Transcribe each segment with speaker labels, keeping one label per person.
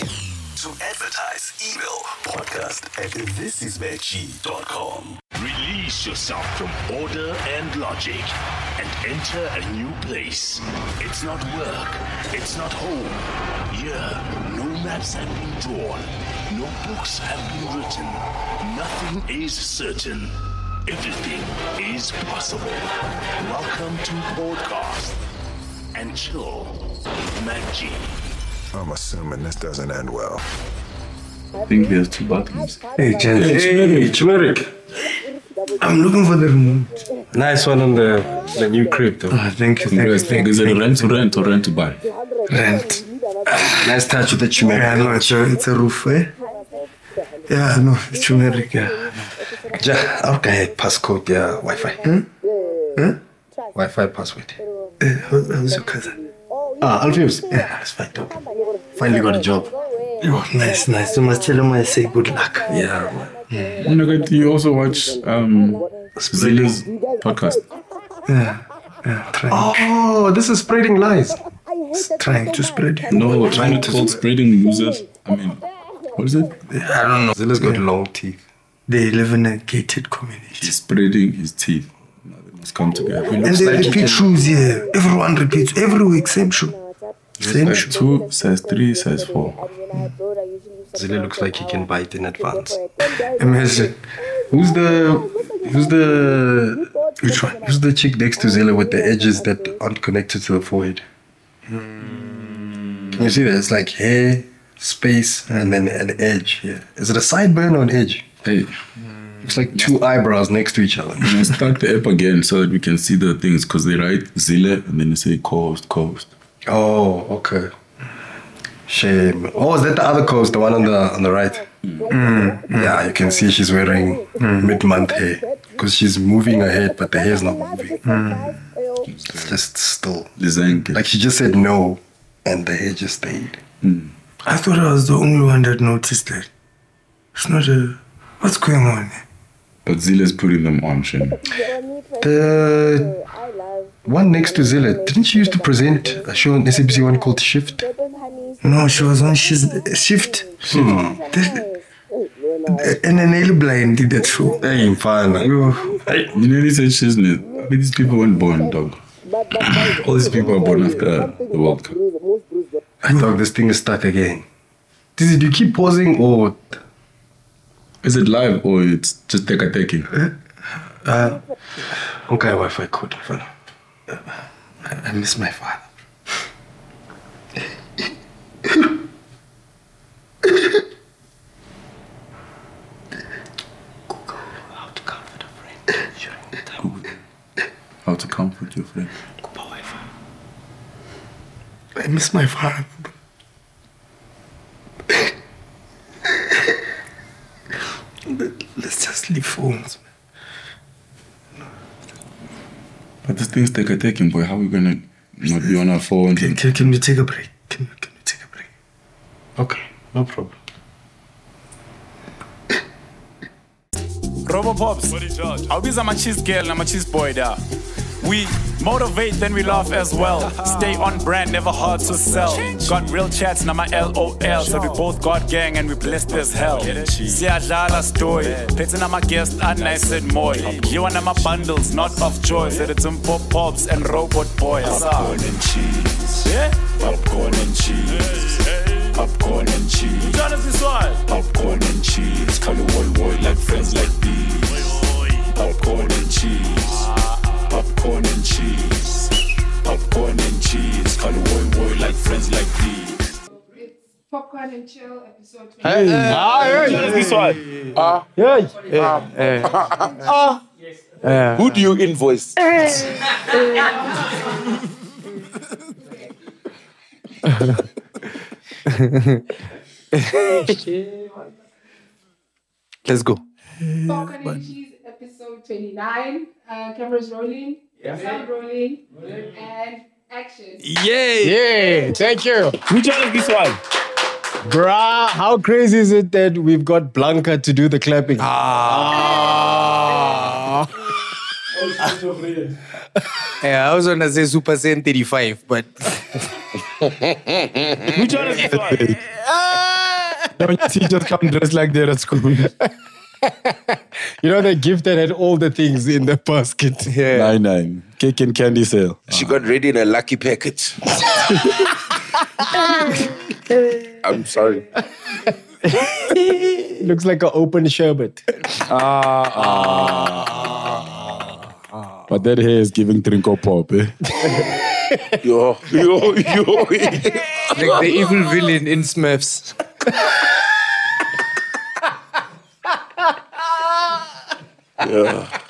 Speaker 1: to advertise, email podcast at thisisveggie.com.
Speaker 2: Release yourself from order and logic and enter a new place. It's not work, it's not home. Here, no maps have been drawn, no books have been written, nothing is certain. Everything is possible. Welcome to Podcast and Chill with Mac G.
Speaker 3: I'm assuming this doesn't end well.
Speaker 4: I think there's two buttons.
Speaker 5: Hey, Chen.
Speaker 6: Hey, turmeric.
Speaker 5: I'm looking for the remote.
Speaker 6: Nice one on the, the new crib, though.
Speaker 5: Ah, thank you,
Speaker 4: You
Speaker 5: thank you,
Speaker 4: guys think
Speaker 5: thank
Speaker 4: is
Speaker 5: you.
Speaker 4: it rent to rent or rent to buy?
Speaker 5: Rent.
Speaker 6: Nice touch with the turmeric.
Speaker 5: Yeah, no, it's a, it's a roof, eh? Yeah, no, it's turmeric, yeah.
Speaker 6: Ja, how can I passcode their Wi Fi? Hmm? Wi Fi password.
Speaker 5: Eh, how- how's your cousin?
Speaker 6: Ah, Alpheus. Yeah, it's fine, though. Finally got a job.
Speaker 5: Oh, nice, nice. You must tell him I say good luck.
Speaker 6: Yeah, man.
Speaker 4: You know, that you also watch um, Zilla's podcast.
Speaker 5: Trying,
Speaker 6: Oh, this is spreading lies.
Speaker 5: trying to spread it.
Speaker 4: No, we're trying to called spreading users. I mean, what is it?
Speaker 6: I don't know. Zilla's got long teeth.
Speaker 5: They live in a gated community.
Speaker 4: He's spreading his teeth. Now they must come together.
Speaker 5: And they repeat shoes here. Everyone repeats every week, same shoe. Same
Speaker 4: Size
Speaker 5: shoe.
Speaker 4: two, size three, size four.
Speaker 6: Zilla looks like he can buy it in advance.
Speaker 5: Imagine.
Speaker 6: Who's the. Who's the. Which one? Who's the chick next to Zilla with the edges that aren't connected to the forehead? Can you see that? It's like hair, space, and then an edge. Yeah. Is it a sideburn or an edge?
Speaker 4: Hey,
Speaker 6: It's like two eyebrows next to each other.
Speaker 4: you know, start the app again so that we can see the things because they write Zilla and then they say coast, coast.
Speaker 6: Oh, okay. Shame. Oh, is that the other coast, the one on the on the right?
Speaker 5: Mm-hmm.
Speaker 6: Yeah, you can see she's wearing mid-month hair because she's moving her head, but the hair's not moving.
Speaker 5: Hmm.
Speaker 6: It's just still.
Speaker 4: Design.
Speaker 6: Like she just said no, and the hair just stayed.
Speaker 5: Mm. I thought I was the only one that noticed that. It's not a. What's going on?
Speaker 4: But Zilla's putting them on, Shane.
Speaker 6: The Uh, one next to Zilla, didn't she used to present a show on SABC one called Shift?
Speaker 5: No, she was on shiz- shift. Hmm.
Speaker 6: Hmm.
Speaker 5: A- And a nail blind did that show.
Speaker 6: Hey, fine.
Speaker 5: Yo,
Speaker 4: Hey, you know, this is business. I mean, these people weren't born, dog. All these people are born after the World Cup.
Speaker 6: I thought this thing is stuck again. Dizzy, do you keep pausing or
Speaker 4: Is it live or it's just teka teki?
Speaker 6: Okay, Wi-Fi code. Fine.
Speaker 5: I miss my father.
Speaker 4: How to comfort your friend?
Speaker 5: I miss my father. Let's just leave phones.
Speaker 4: But this thing's teka teki, boy. How are we gonna not be on our phones?
Speaker 5: Can, can, can we take a break? Can, can we take a break?
Speaker 6: Okay, no problem.
Speaker 7: Robopops, awubiza ama-cheese girl nama-cheese boy da. We motivate, then we laugh as well. Stay on brand, never hard to sell. Got real chats nama LOL, so we both got gang and we blessed as hell. Siyadlala story, phethe nama-guest anice and moy. Dliwa nama-bundles, not of choice, that it's Pops and Robot Boy. Popcorn and cheese. Yeah? Popcorn and cheese. Popcorn and cheese. You gotta be Popcorn and cheese. Call it one word like friends like these. Popcorn and cheese. Popcorn and cheese. Popcorn and cheese. Call it one word like friends like these.
Speaker 8: Popcorn and Chill, episode 20.
Speaker 9: Who do you invoice? Let's go.
Speaker 8: Popcorn and Cheese, episode 29. Uh, cameras rolling, sound rolling, and action.
Speaker 9: Yay! Thank you. Who joined this one? Bruh, how crazy is it that we've got Blanca to do the clapping? Ah.
Speaker 10: Yeah, I was gonna say Super Saiyan 35, but
Speaker 9: Who joined this one?
Speaker 4: when your teachers come dressed like they're at school.
Speaker 11: You know, the gift that had all the things in the basket.
Speaker 7: Yeah.
Speaker 4: Nine nine. Cake and candy sale.
Speaker 1: She got ready in a lucky packet. I'm sorry.
Speaker 11: Looks like an open sherbet.
Speaker 4: Ah. But that hair is giving Trinko pop. Eh?
Speaker 1: Yo, yo, yo.
Speaker 7: Like the evil villain in Smurfs.
Speaker 1: yeah.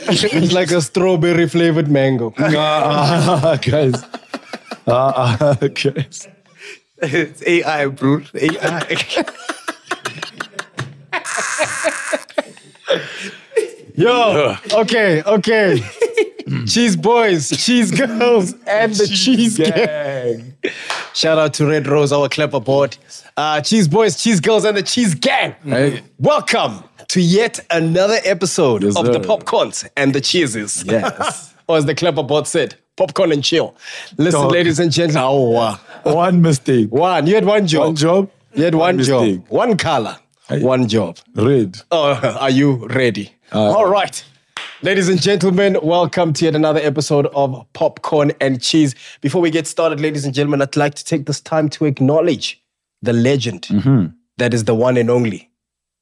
Speaker 11: It's like a strawberry flavored mango.
Speaker 4: Ah, guys. Ah, ah, guys.
Speaker 7: it's AI, bro. AI.
Speaker 11: Yo, okay, okay. cheese boys, cheese girls, and the cheese, gang.
Speaker 4: Gang.
Speaker 11: Shout out to Red Rose, our clapper board. Uh, cheese boys, cheese girls, and the cheese gang.
Speaker 4: Hey.
Speaker 11: Welcome to yet another episode
Speaker 4: Yes,
Speaker 11: of the
Speaker 4: sir.
Speaker 11: popcorns and the cheeses.
Speaker 4: Yes.
Speaker 11: or as the clapper board said, popcorn and chill. Listen,
Speaker 4: Dog.
Speaker 11: ladies and gentlemen. Oh, wow.
Speaker 4: One mistake.
Speaker 11: One, you had one job.
Speaker 4: One job.
Speaker 11: You had one,
Speaker 4: mistake.
Speaker 11: job. One color.
Speaker 4: Hey.
Speaker 11: One job.
Speaker 4: Red.
Speaker 11: Oh, are you ready? All right. Ladies and gentlemen, welcome to yet another episode of Popcorn and Cheese. Before we get started, ladies and gentlemen, I'd like to take this time to acknowledge the legend
Speaker 4: Mm-hmm.
Speaker 11: that is the one and only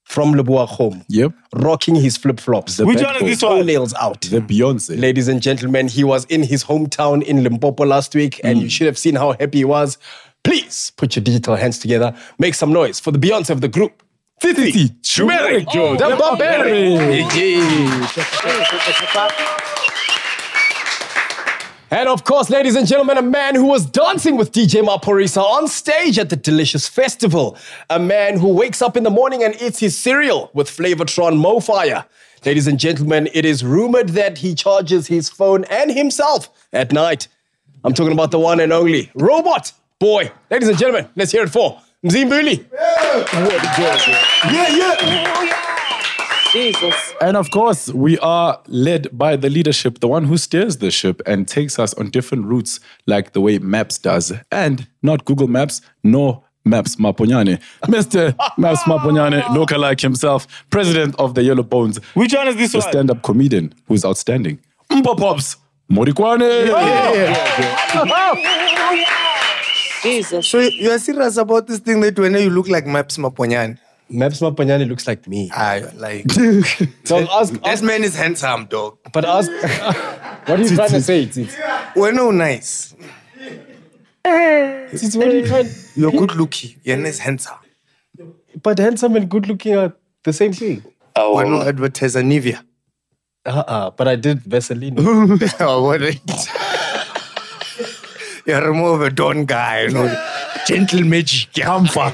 Speaker 11: from Leboa Home,
Speaker 4: Yep.
Speaker 11: rocking his flip flops,
Speaker 4: The Which back one is foot. this one?
Speaker 11: Toenails out.
Speaker 4: The Beyonce.
Speaker 11: Ladies and gentlemen, he was in his hometown in Limpopo last week, and
Speaker 4: Mm.
Speaker 11: you should have seen how happy he was. Please put your digital hands together, make some noise for the Beyonce of the group. Titi, Turmeric,
Speaker 4: Oh,
Speaker 11: the
Speaker 4: the
Speaker 11: Barbarian. And of course, ladies and gentlemen, a man who was dancing with DJ Maporisa on stage at the Delicious Festival. A man who wakes up in the morning and eats his cereal with Flavortron Mofire. Ladies and gentlemen, it is rumored that he charges his phone and himself at night. I'm talking about the one and only Robot Boy. Ladies and gentlemen, let's hear it for Mzimbuli.
Speaker 4: Yeah, yeah.
Speaker 7: Jesus.
Speaker 4: And of course, we are led by the leadership, the one who steers the ship and takes us on different routes, like the way Maps does, and not Google Maps, nor Maps Maponyane. Mr. Maps Maponyane, lookalike himself, president of the Yellow Bones,
Speaker 12: Which one is this
Speaker 4: the stand up comedian who's outstanding. Mbo Pops, Morikwane.
Speaker 7: Jesus. So you- you are serious about this thing that when you look like Maps Maponyan?
Speaker 11: Maps Mapanyani looks like me.
Speaker 7: I like.
Speaker 11: So ask,
Speaker 7: this
Speaker 11: ask
Speaker 7: man is handsome, dog.
Speaker 11: but ask, what are you trying to say? Tits?
Speaker 7: We're no nice.
Speaker 11: Tits, what are you trying
Speaker 7: You're good looking. You're nice, handsome.
Speaker 11: But handsome and good looking are the same thing.
Speaker 7: Oh. We're no advertiser Nivea.
Speaker 11: Uh-uh, but I did Vaseline.
Speaker 7: oh, what a- You're more of a don guy, you know. Gentle magic. Camphor.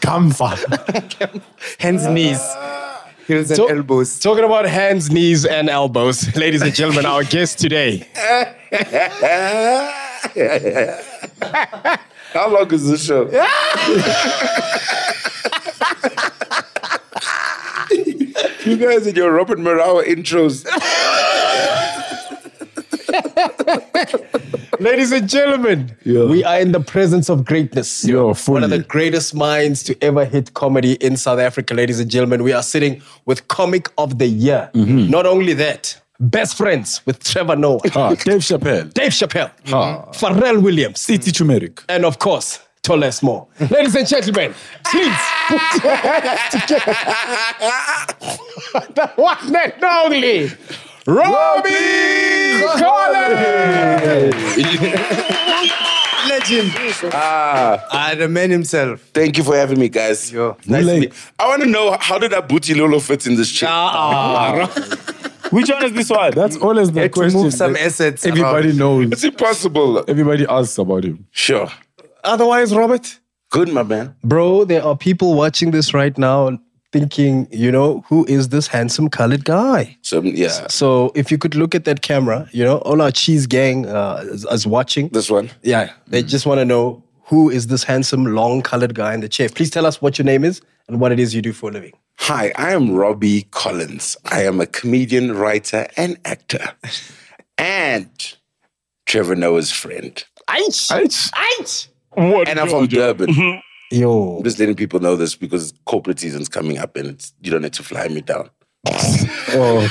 Speaker 7: Camphor. Hands, knees, heels, and
Speaker 11: So-
Speaker 7: elbows.
Speaker 11: Talking about hands, knees, and elbows, ladies and gentlemen, our guest today.
Speaker 1: How long is this show? you guys and your Robert Marawa intros.
Speaker 11: ladies and gentlemen,
Speaker 4: Yeah.
Speaker 11: we are in the presence of greatness.
Speaker 4: Yeah,
Speaker 11: One of
Speaker 4: fully.
Speaker 11: the greatest minds to ever hit comedy in South Africa, ladies and gentlemen. We are sitting with Comic of the Year.
Speaker 4: Mm-hmm.
Speaker 11: Not only that, best friends with Trevor Noah,
Speaker 4: Ah, Dave Chappelle,
Speaker 11: Dave Chappelle, Mm-hmm. Pharrell Williams,
Speaker 4: Titi Turmeric.
Speaker 11: and of course, Toles Moore. Ladies and gentlemen, please put your hands together. the one and only Robbie Collins.
Speaker 7: Legend.
Speaker 1: Ah,
Speaker 7: Ah, the man himself.
Speaker 1: thank you for having me, guys.
Speaker 7: Yo.
Speaker 1: Nice to
Speaker 4: Mule.
Speaker 1: meet- I want to know how did that booty Lolo fit in this shit?
Speaker 12: Which one is this one?
Speaker 4: That's always the
Speaker 7: Had to
Speaker 4: question.
Speaker 7: move some
Speaker 4: that
Speaker 7: assets.
Speaker 4: Everybody
Speaker 7: around.
Speaker 4: knows.
Speaker 1: It's impossible.
Speaker 4: Everybody asks about him.
Speaker 1: Sure.
Speaker 11: Otherwise, Robert,
Speaker 1: Good, my man.
Speaker 11: bro, there are people watching this right now thinking, you know, who is this handsome colored guy?
Speaker 1: So, yeah.
Speaker 11: So if you could look at that camera, you know, all our cheese gang uh, is, is watching.
Speaker 1: This one.
Speaker 11: Yeah, they just want to know who is this handsome, long colored guy in the chair. Please tell us what your name is and what it is you do for a living.
Speaker 1: Hi, I am Robbie Collins. I am a comedian, writer, and actor. And Trevor Noah's friend.
Speaker 11: Aich.
Speaker 4: Aich.
Speaker 11: Aich.
Speaker 1: and I'm from
Speaker 13: Georgia.
Speaker 1: Durban.
Speaker 13: Yo.
Speaker 1: I'm just letting people know this because corporate season's coming up and it's, you don't need to fly me down.
Speaker 13: Oh.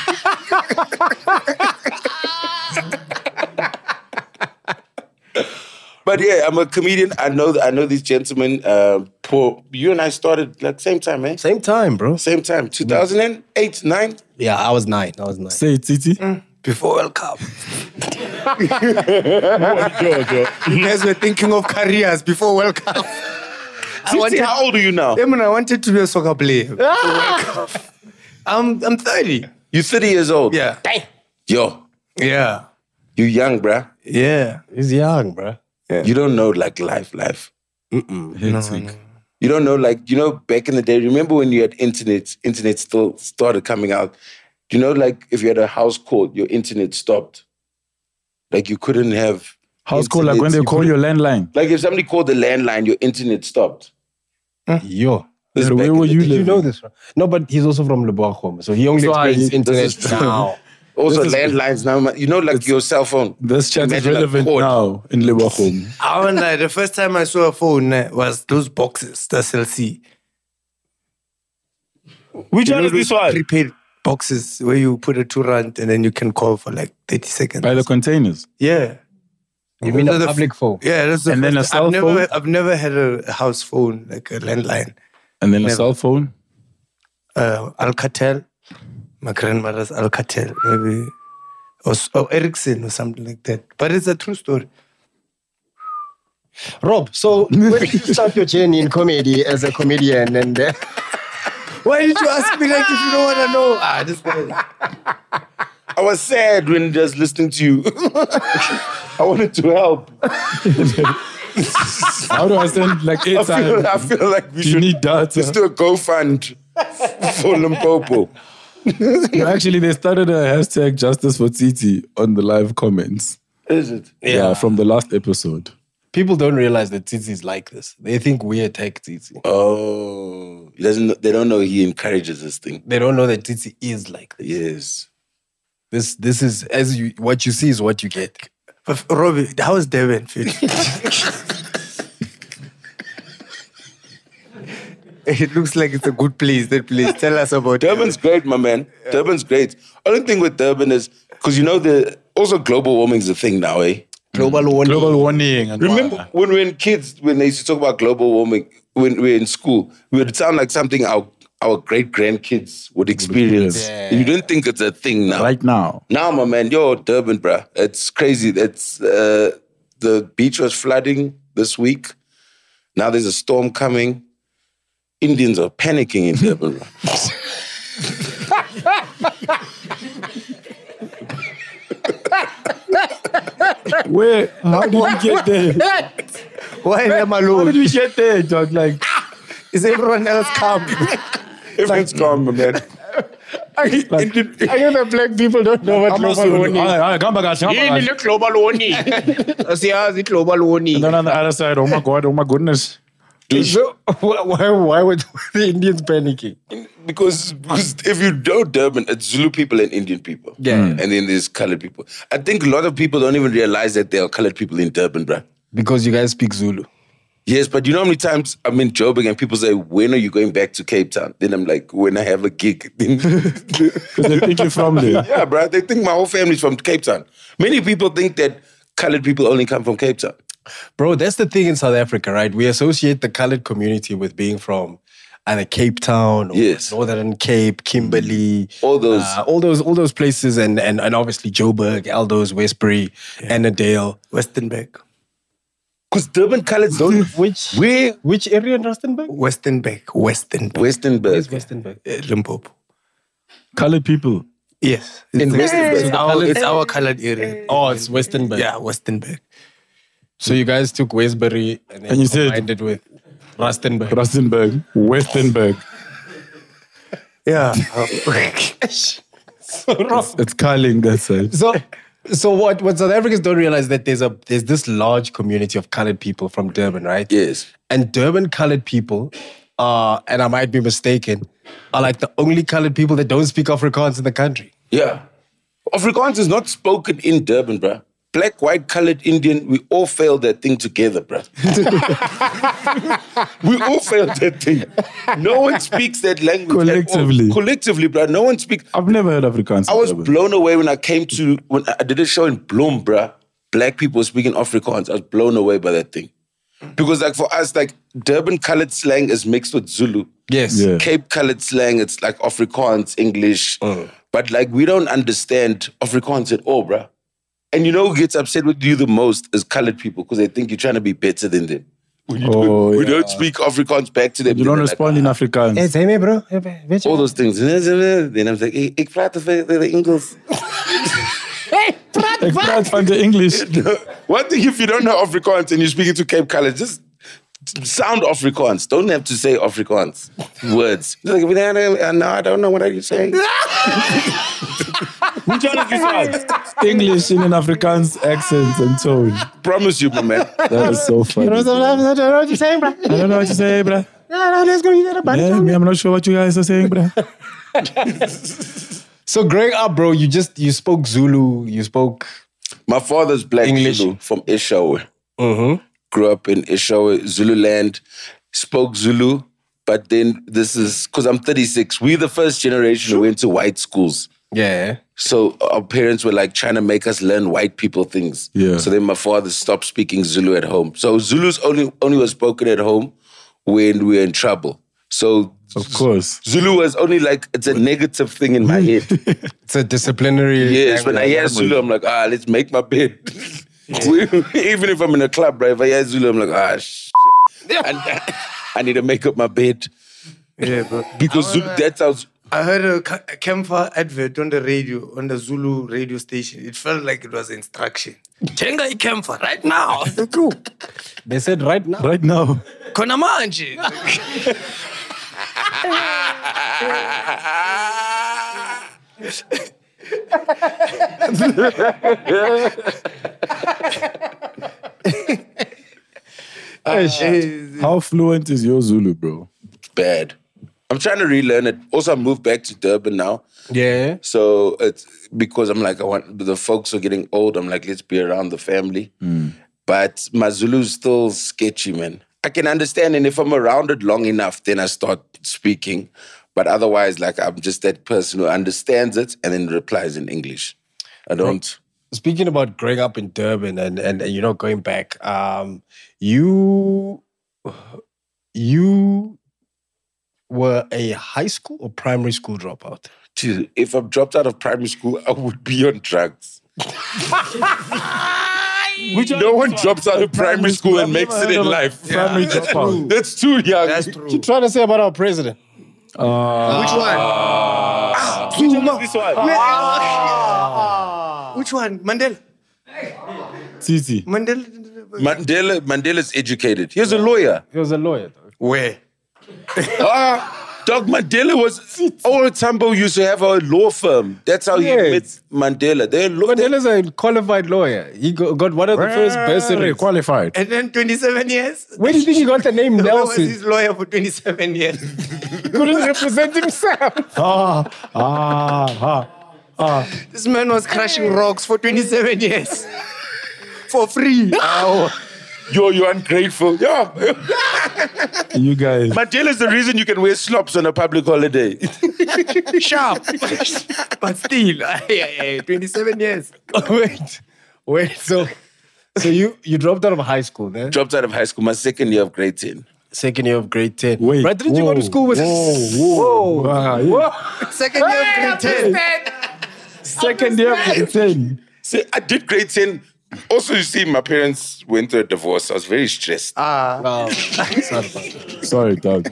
Speaker 1: But yeah, I'm a comedian. I know I know these gentlemen. Uh, poor, you and I started like same time, man.
Speaker 11: Same time, bro.
Speaker 1: Same time. 2008, 9.
Speaker 11: Yeah, I was nine. I was nine.
Speaker 4: Say it, Titi.
Speaker 13: Before World Cup.
Speaker 14: You guys were thinking of careers before World Cup.
Speaker 1: Titi, how old are you now?
Speaker 14: I mean, I wanted to be a soccer player. before World
Speaker 1: Ah!
Speaker 14: Cup. I'm, I'm 30.
Speaker 1: You're 30 years old.
Speaker 14: Yeah.
Speaker 1: Yo.
Speaker 14: Yeah.
Speaker 1: You young, bruh.
Speaker 14: Yeah.
Speaker 11: He's young, bruh.
Speaker 1: You don't know like life, life.
Speaker 4: Mm-mm. Hectic.
Speaker 1: You don't know like you know back in the day. Remember when you had internet? Internet still started coming out. You know, like if you had a house call, your internet stopped. Like you couldn't have
Speaker 4: House call, like when they
Speaker 1: internet.
Speaker 4: call your landline.
Speaker 1: Like if somebody called the landline, your internet stopped.
Speaker 11: Yo.
Speaker 4: Dad, where were you
Speaker 11: Did you
Speaker 4: living?
Speaker 11: know this? No, but he's also from Lebanon, so he only
Speaker 1: So I-
Speaker 11: experienced
Speaker 1: this
Speaker 11: internet
Speaker 1: is true.
Speaker 11: now.
Speaker 1: Also,
Speaker 11: This is-
Speaker 1: landlines now. man, You know, like your cell phone.
Speaker 4: This chat
Speaker 1: Imagine a cord.
Speaker 4: now in Lebanon.
Speaker 14: I won't lie, the first time I saw a phone eh, was those boxes, the SLC. Which
Speaker 13: one is this
Speaker 14: one? Prepaid boxes where you put a two rand and then you can call for like 30 seconds.
Speaker 4: By the containers.
Speaker 14: Yeah.
Speaker 11: You mean
Speaker 14: Those
Speaker 11: a
Speaker 14: are the
Speaker 11: public phone?
Speaker 14: Yeah, that's the
Speaker 4: And then
Speaker 14: first-
Speaker 4: a cell
Speaker 14: I've
Speaker 4: phone?
Speaker 14: Never, I've never had a house phone, like a landline.
Speaker 4: And then a
Speaker 14: Never.
Speaker 4: cell phone.
Speaker 14: Uh, Alcatel, my grandmother's Alcatel, maybe, or, s- or Ericsson or something like that. But it's a true story.
Speaker 11: Rob, so where did you start your journey in comedy as a comedian? And uh,
Speaker 14: Why did you ask me like if you don't want to know? Ah, this guy.
Speaker 1: I was sad when just listening to you. I wanted to help.
Speaker 4: How do I send like eight
Speaker 1: I
Speaker 4: times?
Speaker 1: feel, I feel like we
Speaker 4: Do you
Speaker 1: should
Speaker 4: need data?
Speaker 1: Let's do a GoFund for Limpopo.
Speaker 4: No, actually, they started a hashtag justice for Titi on the live comments.
Speaker 1: Is it?
Speaker 4: Yeah, from the last episode.
Speaker 11: people don't realize that Titi is like this. They think we attack Titi.
Speaker 1: Oh, he doesn't. know- They don't know he encourages this thing.
Speaker 11: They don't know that Titi is like this.
Speaker 1: Yes.
Speaker 11: This this is as you what you see is what you get.
Speaker 14: But Robbie, how's Devin feeling? it looks like it's a good place, that place. Tell us about it.
Speaker 1: Durban's great, my man. Durban's great. Only thing with Durban is because you know the also global warming is a thing now, eh?
Speaker 11: Global warning.
Speaker 4: Global warning. And
Speaker 1: Remember when we were kids, when they used to talk about global warming when we were in school, we would sound like something our our great grandkids would experience.
Speaker 4: experience.
Speaker 1: And You don't think it's a thing now.
Speaker 4: right now.
Speaker 1: Now, my man, yo, Durban, bruh. It's crazy. It's uh, the beach was flooding this week. Now there's a storm coming. Indians are panicking in Durban. bruh.
Speaker 4: Where? How did we get there?
Speaker 14: Why am I
Speaker 4: How did
Speaker 14: alone?
Speaker 4: we get there, dog? Like,
Speaker 14: Is everyone else calm?
Speaker 1: Everyone's calm, my man.
Speaker 4: like
Speaker 11: I know that black people don't know what global warning is.
Speaker 4: come back, come back.
Speaker 14: global warning. See, how's it global warning?
Speaker 4: And then on the other side, oh my god, oh my goodness.
Speaker 11: So, why, why- why were the Indians panicking?
Speaker 1: because because if you know Durban, it's Zulu people and Indian people. Yeah. And then there's colored people. I think a lot of people don't even realize that there are colored people in Durban, bruh.
Speaker 11: Because you guys speak Zulu.
Speaker 1: Yes, but you know how many times I'm in Joburg and people say, When are you going back to Cape Town? Then I'm like, When I have a gig.
Speaker 4: Because they think you're from there.
Speaker 1: yeah, bruh. They think my whole family's from Cape Town. Many people think that colored people only come from Cape Town.
Speaker 11: Bro, that's the thing in South Africa, right? We associate the colored community with being from either Cape Town or
Speaker 1: Yes. Mm.
Speaker 11: Northern Cape, Kimberley,
Speaker 1: All those.
Speaker 11: uh, all those all those places and and, and obviously Joburg, Eldos, Westbury, Annadale.
Speaker 14: Westenberg.
Speaker 1: Because Durban coloreds don't.
Speaker 11: Which
Speaker 1: Where?
Speaker 11: which area in Rustenburg?
Speaker 14: Westenberg. Westenberg.
Speaker 1: Westenberg.
Speaker 11: Westenburg.
Speaker 14: Uh, Limpopo.
Speaker 4: Colored people.
Speaker 14: Yes.
Speaker 11: In
Speaker 14: It's-
Speaker 11: Westenberg.
Speaker 14: It's our, it's our colored area.
Speaker 11: Oh, it's Westenburg.
Speaker 14: Yeah, Westenberg.
Speaker 11: So you guys took Westbury and then
Speaker 4: And you said-
Speaker 11: combined it with Rustenburg.
Speaker 4: Rustenburg, Westenburg.
Speaker 14: Yeah.
Speaker 4: It's Carling, that side.
Speaker 11: so so what what South Africans don't realize that there's a there's this large community of colored people from Durban, right?
Speaker 1: Yes.
Speaker 11: And Durban colored people are, and I might be mistaken, are like the only colored people that don't speak Afrikaans in the country.
Speaker 1: Yeah. Afrikaans is not spoken in Durban, bruh. black, white, colored, Indian, we all failed that thing together, bro. we all failed that thing. No one speaks that language. at all.
Speaker 4: Collectively.
Speaker 1: Collectively, bro. No one speaks.
Speaker 4: I've never heard Afrikaans. Oh,
Speaker 1: I was blown away when I came to, when I did a show in Bloom, bro. Black people speaking Afrikaans. I was blown away by that thing. Because, like, for us, like, Durban colored slang is mixed with Zulu.
Speaker 4: Yes. Yeah.
Speaker 1: Cape colored slang, it's like Afrikaans, English.
Speaker 4: Uh.
Speaker 1: But, like, we don't understand Afrikaans at all, bro. And you know who gets upset with you the most is colored people because they think you're trying to be better than them. We,
Speaker 4: Oh,
Speaker 1: we
Speaker 4: yeah.
Speaker 1: don't speak Afrikaans back to them.
Speaker 4: You
Speaker 1: Then
Speaker 4: don't
Speaker 1: they're
Speaker 4: respond in Afrikaans.
Speaker 1: Hey,
Speaker 8: Hey, bro.
Speaker 1: like, all those things. Then I'm like, hey, ik praat the, the, the Engels.
Speaker 8: Hey,
Speaker 4: Ik praat van de English.
Speaker 1: One thing, if you don't know Afrikaans and you're speaking to Cape Colour, just sound Afrikaans. Don't have to say Afrikaans words. They're Like, no, I don't know what are you saying.
Speaker 4: Which one is this one? English in an Afrikaans accent and tone.
Speaker 1: Promise you, my man.
Speaker 4: That is so funny. I
Speaker 8: I don't know what you're saying, bro.
Speaker 4: don't know what you say, bruh.
Speaker 8: No, no, let's go. You got a bunch
Speaker 4: Yeah, me, I'm not sure what you guys are saying, bruh.
Speaker 11: So growing up, bro, you just you spoke Zulu, you spoke
Speaker 1: My father's black Zulu from Ishawe. Mm-hmm. Grew up in Ishawe, Zululand. Spoke Zulu, but then this is because I'm 36. We're the first generation who went to white schools.
Speaker 11: Yeah.
Speaker 1: So our parents were like trying to make us learn white people things.
Speaker 4: Yeah.
Speaker 1: So then my father stopped speaking Zulu at home. So Zulu's only only was spoken at home when we were in trouble. So
Speaker 4: of course
Speaker 1: Zulu was only like it's a negative thing in my head.
Speaker 11: it's a disciplinary.
Speaker 1: Yes, when I hear
Speaker 11: language.
Speaker 1: Zulu, I'm like, ah, let's make my bed. Even if I'm in a club, right? If I hear Zulu, I'm like, ah, shit. I, I need to make up my bed
Speaker 8: Yeah, bro.
Speaker 1: because Zulu, that's how
Speaker 8: I heard a ca- a camphor advert on the radio, on the Zulu radio station. It felt like it was instruction. Jenga i camphor right now. True.
Speaker 11: They said right now.
Speaker 4: Right now.
Speaker 8: Kona manje.
Speaker 4: How fluent is your Zulu, bro?
Speaker 1: bad. I'm trying to relearn it. Also, I moved back to Durban now.
Speaker 11: Yeah.
Speaker 1: So it's because I'm like, I want the folks are getting old. I'm like, let's be around the family.
Speaker 4: Hmm.
Speaker 1: But my Zulu's still sketchy, man. I can understand, and if I'm around it long enough, then I start speaking. But otherwise, like I'm just that person who understands it and then replies in English. I don't.
Speaker 11: Speaking about growing up in Durban and and, and you know going back, um, you you were a high school or primary school dropout.
Speaker 1: Dude, if I'm dropped out of primary school, I would be on drugs. no one drops out of primary school and makes it in life.
Speaker 4: Primary
Speaker 1: That's
Speaker 4: dropout.
Speaker 1: That's too young.
Speaker 11: You trying to say about our president?
Speaker 4: Uh,
Speaker 11: uh,
Speaker 8: Ah, Which one? This
Speaker 11: Ah.
Speaker 8: one. Which one? Mandela.
Speaker 4: Tsitsi.
Speaker 8: Mandela.
Speaker 1: Mandela Mandela's educated. He was a lawyer.
Speaker 11: He was a lawyer. Though.
Speaker 8: Where?
Speaker 1: Ah, Doc Mandela was old Tambo used to have a law firm. That's how he
Speaker 11: Yeah.
Speaker 1: met Mandela. They're law
Speaker 11: Mandela's a qualified lawyer. He go- got one of the first bursaries.
Speaker 4: Qualified.
Speaker 8: And then 27 years?
Speaker 11: Where do you think he got the name
Speaker 8: Where was
Speaker 11: Nelson?
Speaker 8: his lawyer for 27 years?
Speaker 11: couldn't represent himself.
Speaker 4: Ah, ah, ah.
Speaker 8: This man was crushing rocks for 27 years. For free. Ow.
Speaker 1: Yo, you're ungrateful. Yeah.
Speaker 4: You guys.
Speaker 1: Mandela's the reason you can wear slops on a public holiday.
Speaker 8: Sharp. but still, yeah, yeah, 27 years.
Speaker 11: wait, wait. So, so you you dropped out of high school then?
Speaker 1: Dropped out of high school, my second year of grade 10.
Speaker 11: Second year of grade ten.
Speaker 4: Wait,
Speaker 11: Right, didn't you go to
Speaker 4: whoa,
Speaker 11: school with?
Speaker 4: Whoa, whoa. Ah, yeah.
Speaker 8: Second year of grade 10.
Speaker 4: Second year of 10.
Speaker 1: See, I did grade 10. Also, you see, my parents went through a divorce. I was very stressed.
Speaker 4: Sorry, dog.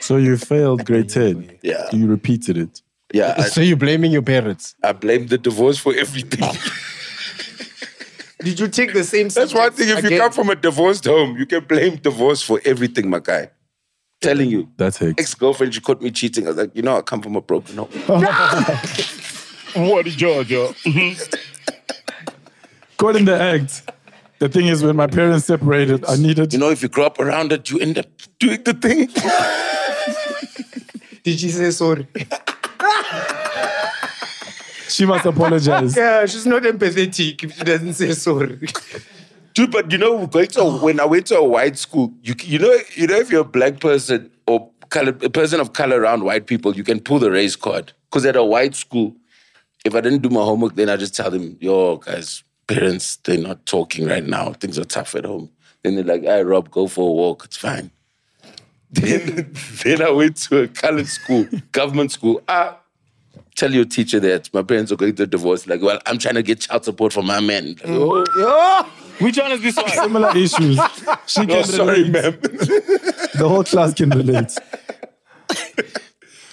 Speaker 4: So you failed grade 10.
Speaker 1: Yeah.
Speaker 4: You repeated it.
Speaker 1: Yeah, I,
Speaker 11: So you're blaming your parents?
Speaker 1: I blamed the divorce for everything.
Speaker 8: Did you take the same
Speaker 1: That's one thing. If you come from a divorced home, you can blame divorce for everything, my guy. Telling you.
Speaker 4: That's it.
Speaker 1: Ex girlfriend, she caught me cheating. I was like, you know, I come from a broken home.
Speaker 4: What Georgia? Caught in the act. The thing is, when my parents separated, I needed.
Speaker 1: You know, if you grow up around it, you end up doing the thing.
Speaker 8: Did she say sorry?
Speaker 4: She must apologize.
Speaker 6: yeah, she's not empathetic if she doesn't say sorry.
Speaker 1: Dude, but you know, going to when I went to a white school, you you know, you know, if you're a black person or color, a person of color around white people, you can pull the race card. Because at a white school, if I didn't do my homework, then I just tell them, "Yo, guys, parents, they're not talking right now. Things are tough at home." Then they're like, "Hey, Rob, go for a walk. It's fine." Then, then I went to a colored school, government school. Ah, tell your teacher that my parents are going to divorce. Like, well, I'm trying to get child support for my man. Like, oh,
Speaker 7: Which one is this one?
Speaker 4: Similar issues. She
Speaker 1: No,
Speaker 4: can
Speaker 1: sorry,
Speaker 4: relate. The whole class can relate.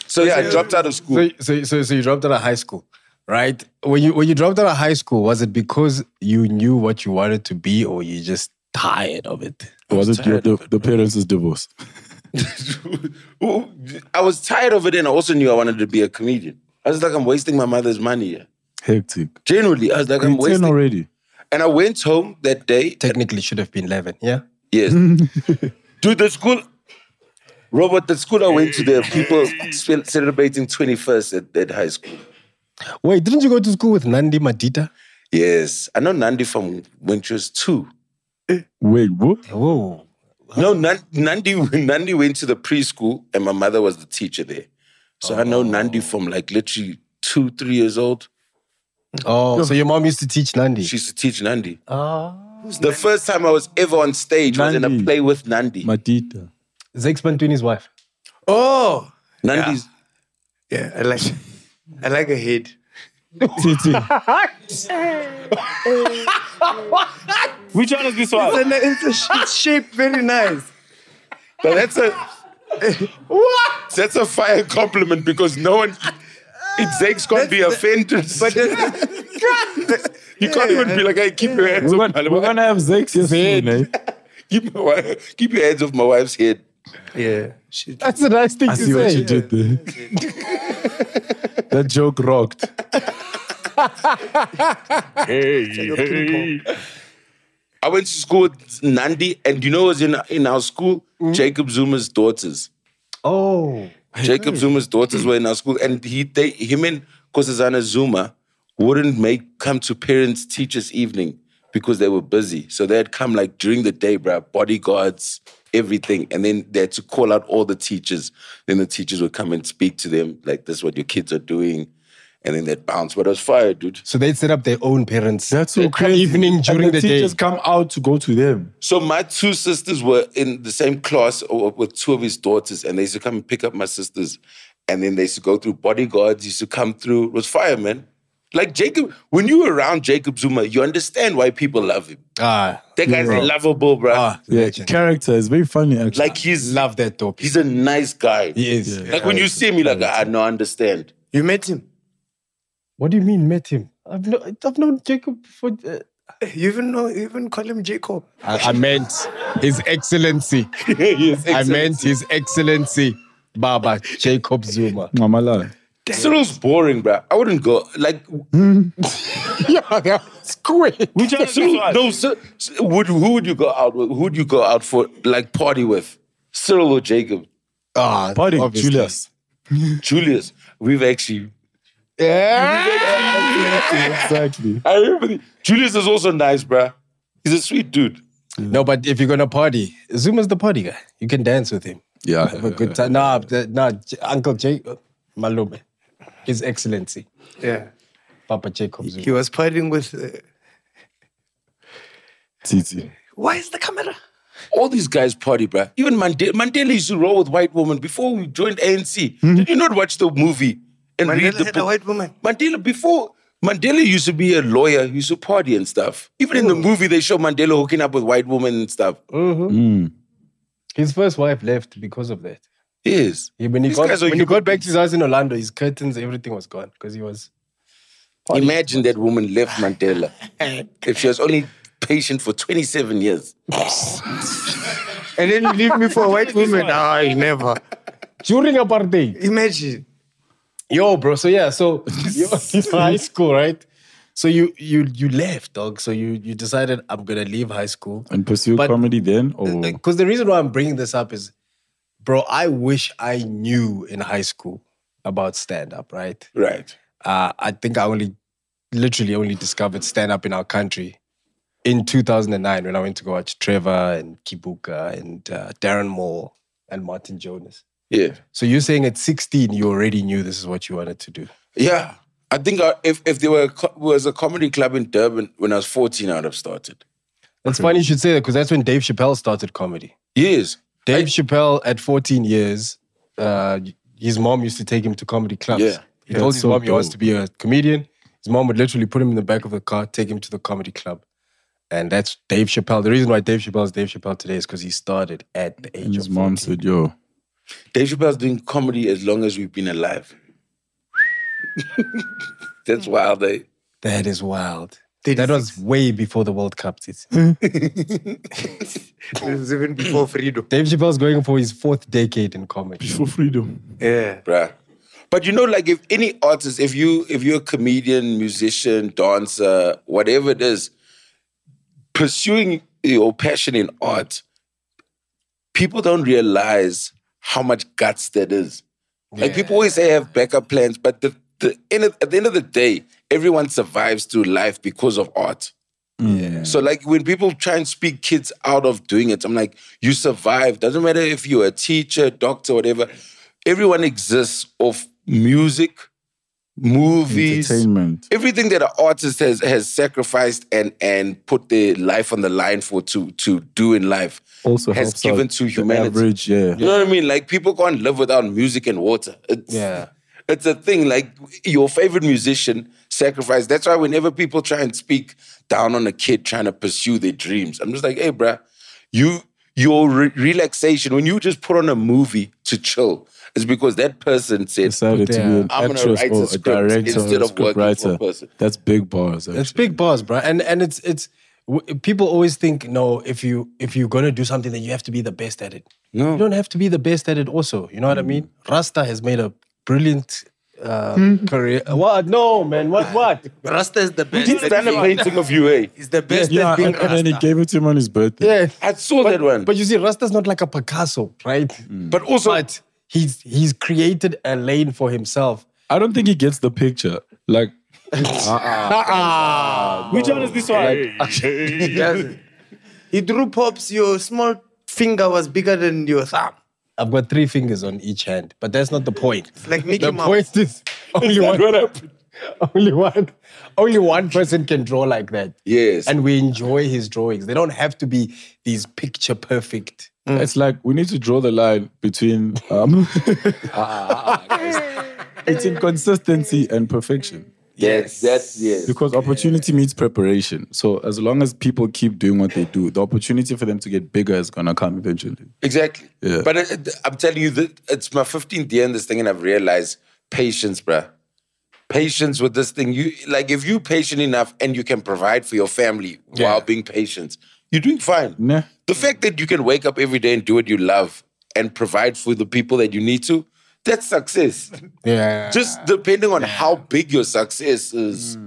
Speaker 1: So yeah, I dropped out of school.
Speaker 11: So, so, so, so you dropped out of high school, right? When you when you dropped out of high school, was it because you knew what you wanted to be, or you just tired of it?
Speaker 4: Was it your, the, the parents' divorce?
Speaker 1: I was tired of it, and I also knew I wanted to be a comedian. I was like, I'm wasting my mother's money here.
Speaker 4: Hectic.
Speaker 1: Genuinely, I was like, I'm
Speaker 4: You're 10
Speaker 1: wasting.
Speaker 4: already.
Speaker 1: And I went home that day.
Speaker 11: Technically, should have been eleven. Yeah.
Speaker 1: Yes. Dude, the school, Robert, the school I went to, there are people cel- celebrating 21st at, at high school.
Speaker 11: Wait, didn't you go to school with Nandi Madita?
Speaker 1: Yes. I know Nandi from when she was two.
Speaker 4: Wait, what?
Speaker 11: Whoa.
Speaker 1: No, Nan- Nandi, Nandi went to the preschool, and my mother was the teacher there. So I know Nandi from like literally two, three years old.
Speaker 11: Oh, so your mom used to teach Nandi.
Speaker 1: She used to teach Nandi.
Speaker 11: Ah.
Speaker 1: The first time I was ever on stage was in a play with Nandi.
Speaker 4: Madita.
Speaker 11: Zex Bantwini's wife.
Speaker 6: Oh,
Speaker 1: Nandi's
Speaker 6: yeah, I like, I like a head.
Speaker 4: Titi.
Speaker 7: Which one is this
Speaker 6: It's
Speaker 7: one?
Speaker 6: a, ni- it's a sh- it's shaped very nice.
Speaker 1: But that's a what? That's a fire compliment because no one. It Zeke's can't be offended.
Speaker 6: But that's-
Speaker 1: you can't even be like, "Hey, keep your hands
Speaker 4: We're
Speaker 1: off
Speaker 4: going
Speaker 1: my
Speaker 4: we're gonna have Zex here soon, eh?
Speaker 1: keep, my wi- keep your hands off my wife's head."
Speaker 6: yeah, she,
Speaker 11: That's a nice thing
Speaker 4: I
Speaker 11: to
Speaker 4: see what you
Speaker 11: say.
Speaker 4: did there. that joke rocked.
Speaker 1: I went to school with Nandi, and you know, who was in in our school, Jacob Zuma's daughters.
Speaker 11: Oh.
Speaker 1: Jacob Zuma's daughters were in our school, and he, they, him and Kosazana Zuma wouldn't make come to parents' teachers' evening because they were busy. So they had come like during the day, bruh, bodyguards, everything, and then they had to call out all the teachers. Then the teachers would come and speak to them, like, "This is what your kids are doing," and then they'd bounce. But I was fired, dude.
Speaker 11: So they set up their own parents.
Speaker 4: That's so
Speaker 11: Come
Speaker 4: crazy.
Speaker 11: Evening during
Speaker 4: and
Speaker 11: the,
Speaker 4: the,
Speaker 11: day.
Speaker 4: teachers come out to go to them.
Speaker 1: So my two sisters were in the same class or with two of his daughters, and they used to come and pick up my sisters. And then they used to go through bodyguards, used to come through. It was fire, man. Like Jacob, when you were around Jacob Zuma, you understand why people love him.
Speaker 11: Ah,
Speaker 1: That guy's
Speaker 11: bro.
Speaker 1: lovable, bro.
Speaker 11: Ah,
Speaker 4: Yeah,
Speaker 11: legend.
Speaker 4: character is very funny actually.
Speaker 1: like he's
Speaker 11: Love that dope.
Speaker 1: he's a nice guy.
Speaker 11: He is.
Speaker 1: Like when you see him, you're like, I know, I understand.
Speaker 6: you met him.
Speaker 11: What do you mean met him? I've, no, I've known Jacob for. Uh,
Speaker 6: You even know, you even call him Jacob.
Speaker 11: I, I meant His Excellency.
Speaker 1: Yes,
Speaker 11: I meant His Excellency Baba Jacob Zuma.
Speaker 4: Mamala.
Speaker 1: Cyril's boring, bro. I wouldn't go like
Speaker 11: yeah, that's great.
Speaker 7: Which one is this
Speaker 1: Cyril,
Speaker 7: one?
Speaker 1: no, Cyr- Cyr- would who would you go out with? Who would you go out for like party with? Cyril or Jacob?
Speaker 11: Ah,
Speaker 4: Buddy,
Speaker 11: obviously.
Speaker 4: Julius.
Speaker 1: Julius, we've actually.
Speaker 4: Exactly.
Speaker 1: I remember the- Julius is also nice, bruh. He's a sweet dude.
Speaker 11: No, but if you're gonna party, Zuma's the party guy. You can dance with him.
Speaker 4: Yeah.
Speaker 11: Have a good time. Nah, the- nah, J- Uncle Jacob Malume, His Excellency
Speaker 6: Yeah,
Speaker 11: Papa Jacob Zuma.
Speaker 6: he was partying with. Uh,
Speaker 4: Titi.
Speaker 6: why is the camera?
Speaker 1: All these guys party, bruh. Even Mandela, Mandela used to roll with white women before we joined ANC. Did you not watch the movie and read
Speaker 6: Mandela
Speaker 1: the
Speaker 6: had a
Speaker 1: book?
Speaker 6: white woman.
Speaker 1: Mandela before Mandela used to be a lawyer, he used to party and stuff. Even in the movie, they show Mandela hooking up with white women and stuff.
Speaker 4: Mm.
Speaker 11: Mm-hmm. His first wife left because of that.
Speaker 1: Yes,
Speaker 11: He- when he,
Speaker 1: These
Speaker 11: got,
Speaker 1: guys are
Speaker 11: when he
Speaker 1: human
Speaker 11: got back to his house in Orlando, his curtains, everything was gone because he was. partying.
Speaker 1: imagine that woman left Mandela if she was only patient for 27 years.
Speaker 6: And then you leave me for a white woman. I never.
Speaker 11: During apartheid.
Speaker 6: Imagine.
Speaker 11: Yo, bro. So yeah, so you're in high school, right? So you you you left, dog. So you you decided I'm gonna leave high school.
Speaker 4: And pursue
Speaker 11: But-
Speaker 4: comedy then? Or
Speaker 11: Because the reason why I'm bringing this up is, bro, I wish I knew in high school about stand up, right?
Speaker 1: Right.
Speaker 11: Uh, I think I only, literally only discovered stand up in our country in 2009 when I went to go watch Trevor and Kibuka and uh, Darren Moore and Martin Jonas.
Speaker 1: Yeah.
Speaker 11: So you're saying at 16 you already knew this is what you wanted to do?
Speaker 1: Yeah. I think I, if, if there were a co- was a comedy club in Durban when I was 14, I'd have started.
Speaker 11: That's funny you should say that because that's when Dave Chappelle started comedy.
Speaker 1: Yes.
Speaker 11: Dave Chappelle at 14 years, uh, his mom used to take him to comedy clubs.
Speaker 1: Yeah.
Speaker 11: He
Speaker 1: Yeah,
Speaker 11: told
Speaker 1: that's
Speaker 11: his
Speaker 1: so
Speaker 11: mom he wants
Speaker 1: dope.
Speaker 11: to be a comedian. His mom would literally put him in the back of the car, take him to the comedy club. And that's Dave Chappelle. The reason why Dave Chappelle is Dave Chappelle today is because he started at the age
Speaker 4: And his mom said, yo,
Speaker 1: Dave Chappelle's doing comedy as long as we've been alive. That's wild, eh?
Speaker 11: That is wild. That was way before the World Cup. It's
Speaker 6: even before freedom.
Speaker 11: Dave Chappelle's going for his fourth decade in comedy. Before
Speaker 4: freedom.
Speaker 6: Yeah.
Speaker 1: Bruh. But you know, like if any artist, if you if you're a comedian, musician, dancer, whatever it is, pursuing your passion in art, people don't realize how much guts that is. Like people always say have backup plans, but the, the end of, at the end of the day, everyone survives through life because of art.
Speaker 4: Yeah.
Speaker 1: So like when people try and speak kids out of doing it, I'm like, you survive. Doesn't matter if you're a teacher, doctor, whatever. Everyone exists of music, movies,
Speaker 4: Entertainment.
Speaker 1: everything that an artist has has sacrificed and and put their life on the line for to to do in life
Speaker 4: Also
Speaker 1: has
Speaker 4: helps
Speaker 1: given
Speaker 4: out
Speaker 1: to
Speaker 4: the
Speaker 1: humanity.
Speaker 4: average, yeah.
Speaker 1: You know what I mean? Like people can't live without music and water. It's,
Speaker 11: yeah.
Speaker 1: It's a thing. Like your favorite musician sacrificed. That's why whenever people try and speak down on a kid trying to pursue their dreams, I'm just like, hey, bruh, you your re- relaxation when you just put on a movie to chill is because that person said
Speaker 4: decided to be an
Speaker 1: I'm gonna
Speaker 4: actress
Speaker 1: write
Speaker 4: or
Speaker 1: a
Speaker 4: a
Speaker 1: script
Speaker 4: director or
Speaker 1: instead
Speaker 4: a
Speaker 1: of working
Speaker 4: script
Speaker 1: for a
Speaker 4: writer.
Speaker 1: person.
Speaker 4: That's big bars.
Speaker 11: It's big bars, bro. And and it's it's w- people always think no, if you if you're gonna do something, then you have to be the best at it.
Speaker 1: No.
Speaker 11: You don't have to be the best at it. Also, you know what I mean? Rasta has made a brilliant. Uh, career. What? No, man. What? What?
Speaker 6: Rasta is the best.
Speaker 1: He's done a painting of you, eh?
Speaker 6: It's the best.
Speaker 4: Yeah,
Speaker 6: that's been
Speaker 4: and, and then he
Speaker 6: Rasta.
Speaker 4: gave it to him on his birthday.
Speaker 11: Yeah,
Speaker 1: I saw
Speaker 11: that one. But you see, Rasta's not like a Picasso, right?
Speaker 1: But also,
Speaker 11: but he's he's created a lane for himself.
Speaker 4: I don't think he gets the picture. Like,
Speaker 6: Uh-uh. Which one is this one? he doesn't. He drew pops. Your small finger was bigger than your thumb.
Speaker 11: I've got three fingers on each hand, but that's not the point. It's
Speaker 6: like Mickey
Speaker 11: the
Speaker 6: Mouse.
Speaker 11: point is only
Speaker 6: that
Speaker 11: one. Only one, only one person can draw like that.
Speaker 1: Yes,
Speaker 11: and we enjoy his drawings. They don't have to be these picture perfect.
Speaker 4: it's like we need to draw the line between um, between consistency and perfection.
Speaker 1: Yes, that's yes.
Speaker 4: Because opportunity meets preparation. So as long as people keep doing what they do, the opportunity for them to get bigger is gonna come eventually.
Speaker 1: Exactly.
Speaker 4: Yeah.
Speaker 1: But it, it- I'm telling you that it's my 15th year in this thing, and I've realized patience, bruh. Patience with this thing. You like if you patient enough and you can provide for your family while being patient, you're doing fine.
Speaker 4: Nah.
Speaker 1: The fact that you can wake up every day and do what you love and provide for the people that you need to, that's success.
Speaker 11: Yeah.
Speaker 1: Just depending on how big your success is.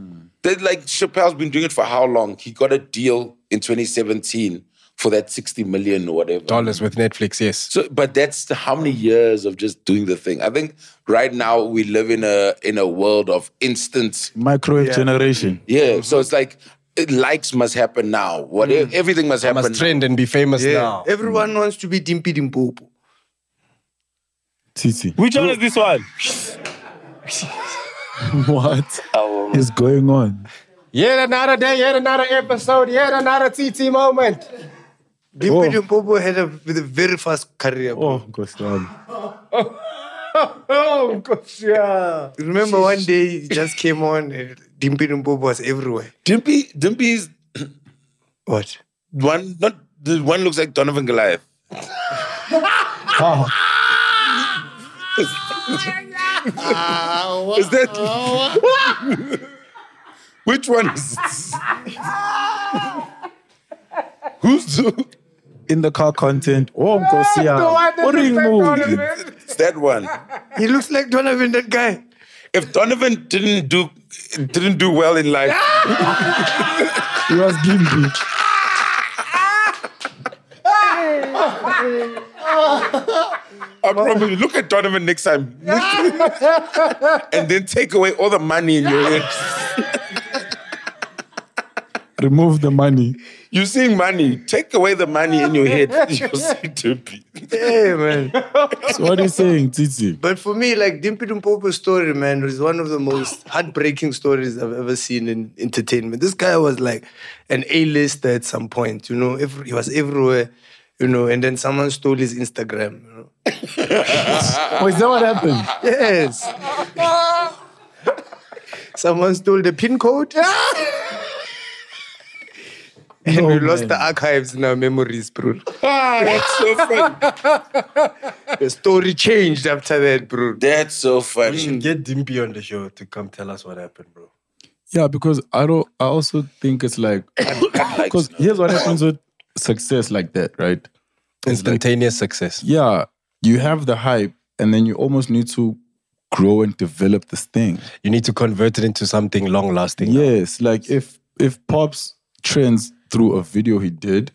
Speaker 1: That like Chappelle's been doing it for how long? He got a deal in 2017 for that 60 million or whatever.
Speaker 11: Dollars with Netflix, yes.
Speaker 1: So, but that's the- how many years of just doing the thing. I think right now we live in a in a world of instant.
Speaker 4: Microwave generation.
Speaker 1: Yeah, so it's like it, likes must happen now. What e, everything must happen.
Speaker 11: Must trend and be famous now.
Speaker 6: Everyone
Speaker 4: Mm.
Speaker 6: wants to be Dimpy Dimpopo.
Speaker 4: TT.
Speaker 7: Which one is this one?
Speaker 4: what is going on?
Speaker 11: Yet another day, yet another episode, yet another TT moment.
Speaker 6: Dimpy Dimpopo had a, with a very fast career. bro.
Speaker 11: oh gosh, yeah.
Speaker 6: Remember one day he just came on and Dimpy Dimpopo was everywhere.
Speaker 1: Dimpy Dimpy's
Speaker 6: what?
Speaker 1: One not the one looks like Donovan Goliath. Is that which one is who's who?
Speaker 4: In the car content. Oh, Nkosia.
Speaker 1: that
Speaker 4: Oring
Speaker 1: looks like
Speaker 4: move.
Speaker 1: It's that one.
Speaker 6: He looks like Donovan, that guy.
Speaker 1: If Donovan didn't do didn't do well in life,
Speaker 4: He was gimpy.
Speaker 1: I promise you, look at Donovan next time. and then take away all the money in your head.
Speaker 4: Remove the money.
Speaker 1: You're seeing money. Take away the money in your head. You'll see Dimpy.
Speaker 6: Hey, man.
Speaker 4: So what are you saying, Titi?
Speaker 6: But for me, like Dimpy Dumpopo's story, man, is one of the most heartbreaking stories I've ever seen in entertainment. This guy was like an A-lister at some point, you know. Every, he was everywhere, you know. And then someone stole his Instagram. You know?
Speaker 4: Oh, is that what happened?
Speaker 6: Yes. someone stole the pin code. and we lost the archives in our memories, bro.
Speaker 1: Ah, that's so funny.
Speaker 6: The story changed after that, bro.
Speaker 1: That's so funny.
Speaker 5: We
Speaker 11: Mm.
Speaker 5: should get Dimpy on the show to come tell us what happened, bro.
Speaker 4: Yeah, because I don't. I also think it's like because here's what happens with success like that, right?
Speaker 5: Instantaneous success.
Speaker 4: Yeah, you have the hype, and then you almost need to grow and develop this thing.
Speaker 5: You need to convert it into something long lasting.
Speaker 4: Yes, like if if Pops trends through a video he did,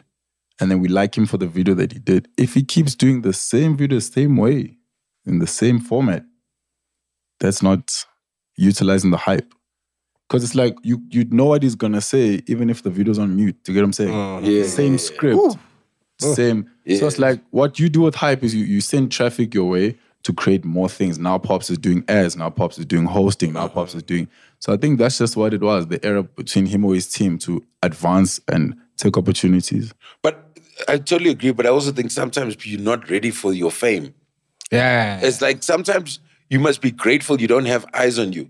Speaker 4: and then we like him for the video that he did. If he keeps doing the same video, the same way, in the same format, that's not utilizing the hype. Because it's like you you know what he's gonna say, even if the video's on mute. You get what I'm saying?
Speaker 1: Yeah,
Speaker 4: same script,
Speaker 1: Oh.
Speaker 4: same. So it's like what you do with hype is you you send traffic your way to create more things. Now Pops is doing ads. Now Pops is doing hosting. Now Pops is doing. So I think that's just what it was. The era between him or his team to advance and take opportunities.
Speaker 1: But I totally agree. But I also think sometimes you're not ready for your fame.
Speaker 11: Yeah.
Speaker 1: It's like sometimes you must be grateful you don't have eyes on you.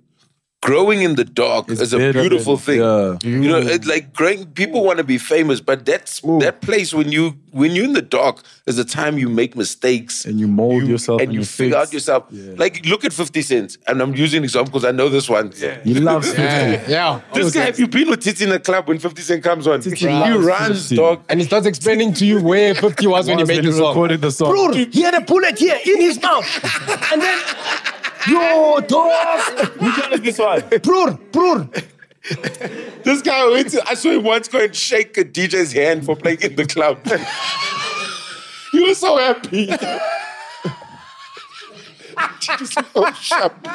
Speaker 1: Growing in the dark is a
Speaker 4: better
Speaker 1: beautiful
Speaker 4: than-
Speaker 1: thing.
Speaker 4: yeah. Mm.
Speaker 1: You know, it's like growing. People want to be famous, but that's that place when you when you're in the dark is the time you make mistakes
Speaker 4: And you mold yourself
Speaker 1: and you figure out yourself. Like look at Fifty Cent, and I'm using example because I know this one.
Speaker 4: He loves
Speaker 11: Yeah. yeah.
Speaker 1: This guy, have you been with Titi in the club when Fifty Cent comes on? he
Speaker 4: Oh, loves
Speaker 1: runs,
Speaker 4: 50.
Speaker 1: dog.
Speaker 9: And he starts explaining to you where 50 was when he made the song.
Speaker 4: recorded the song.
Speaker 9: Bro, he had a bullet here in his mouth. And then, yo, dog.
Speaker 1: this one?
Speaker 9: Bro, bro.
Speaker 1: This guy went to, I saw him once go and shake a DJ's hand for playing in the club. he was so happy. Just so sharp.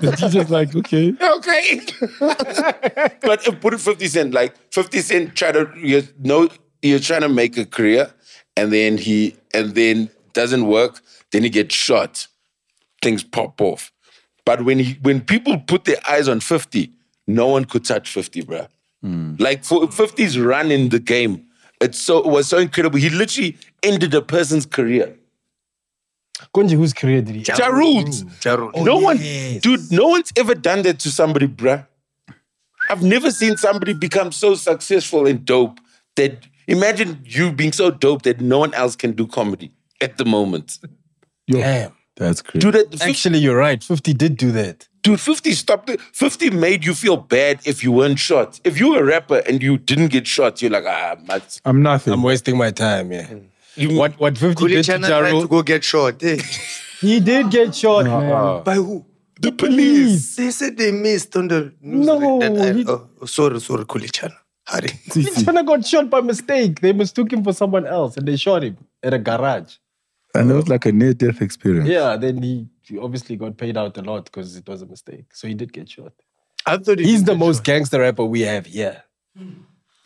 Speaker 4: He's just like, okay.
Speaker 1: okay. but if put it 50 Cent, like 50 Cent try to you know you're trying to make a career and then he and then doesn't work, then he gets shot. Things pop off. But when he when people put their eyes on 50, no one could touch 50, bruh. Like for 50's run in the game, it's so it was so incredible. He literally ended a person's career.
Speaker 9: Kunji, whose career did he
Speaker 1: Ja Rule's.
Speaker 6: Jarul.
Speaker 1: no one, dude, no one's ever done that to somebody, bruh. I've never seen somebody become so successful and dope that imagine you being so dope that no one else can do comedy at the moment.
Speaker 5: Damn.
Speaker 4: That's crazy.
Speaker 1: Dude, that, fif-
Speaker 5: Actually, you're right. 50 did do that.
Speaker 1: dude 50 stopped it. 50 made you feel bad if you weren't shot. If you were a rapper and you didn't get shot, you're like, ah, my,
Speaker 4: I'm nothing.
Speaker 5: I'm wasting my time, yeah.
Speaker 1: you,
Speaker 5: What what 50 did to
Speaker 6: Kulichana
Speaker 5: Ja
Speaker 6: tried
Speaker 5: Rule-
Speaker 6: to go get shot. eh?
Speaker 9: He did get shot, man.
Speaker 6: By who?
Speaker 1: the police.
Speaker 6: They said they missed on the news.
Speaker 9: No,
Speaker 6: that I-
Speaker 9: he-
Speaker 6: oh, oh, sorry, sorry, Kulichana. Hurry.
Speaker 9: He's gonna got shot by mistake. They mistook him for someone else and they shot him at a garage.
Speaker 4: And it was like a near death experience.
Speaker 9: Yeah, then he he obviously got paid out a lot because it was a mistake. So he did get shot.
Speaker 6: I thought he
Speaker 9: He's
Speaker 6: did
Speaker 9: the
Speaker 6: get
Speaker 9: most gangster rapper we have here.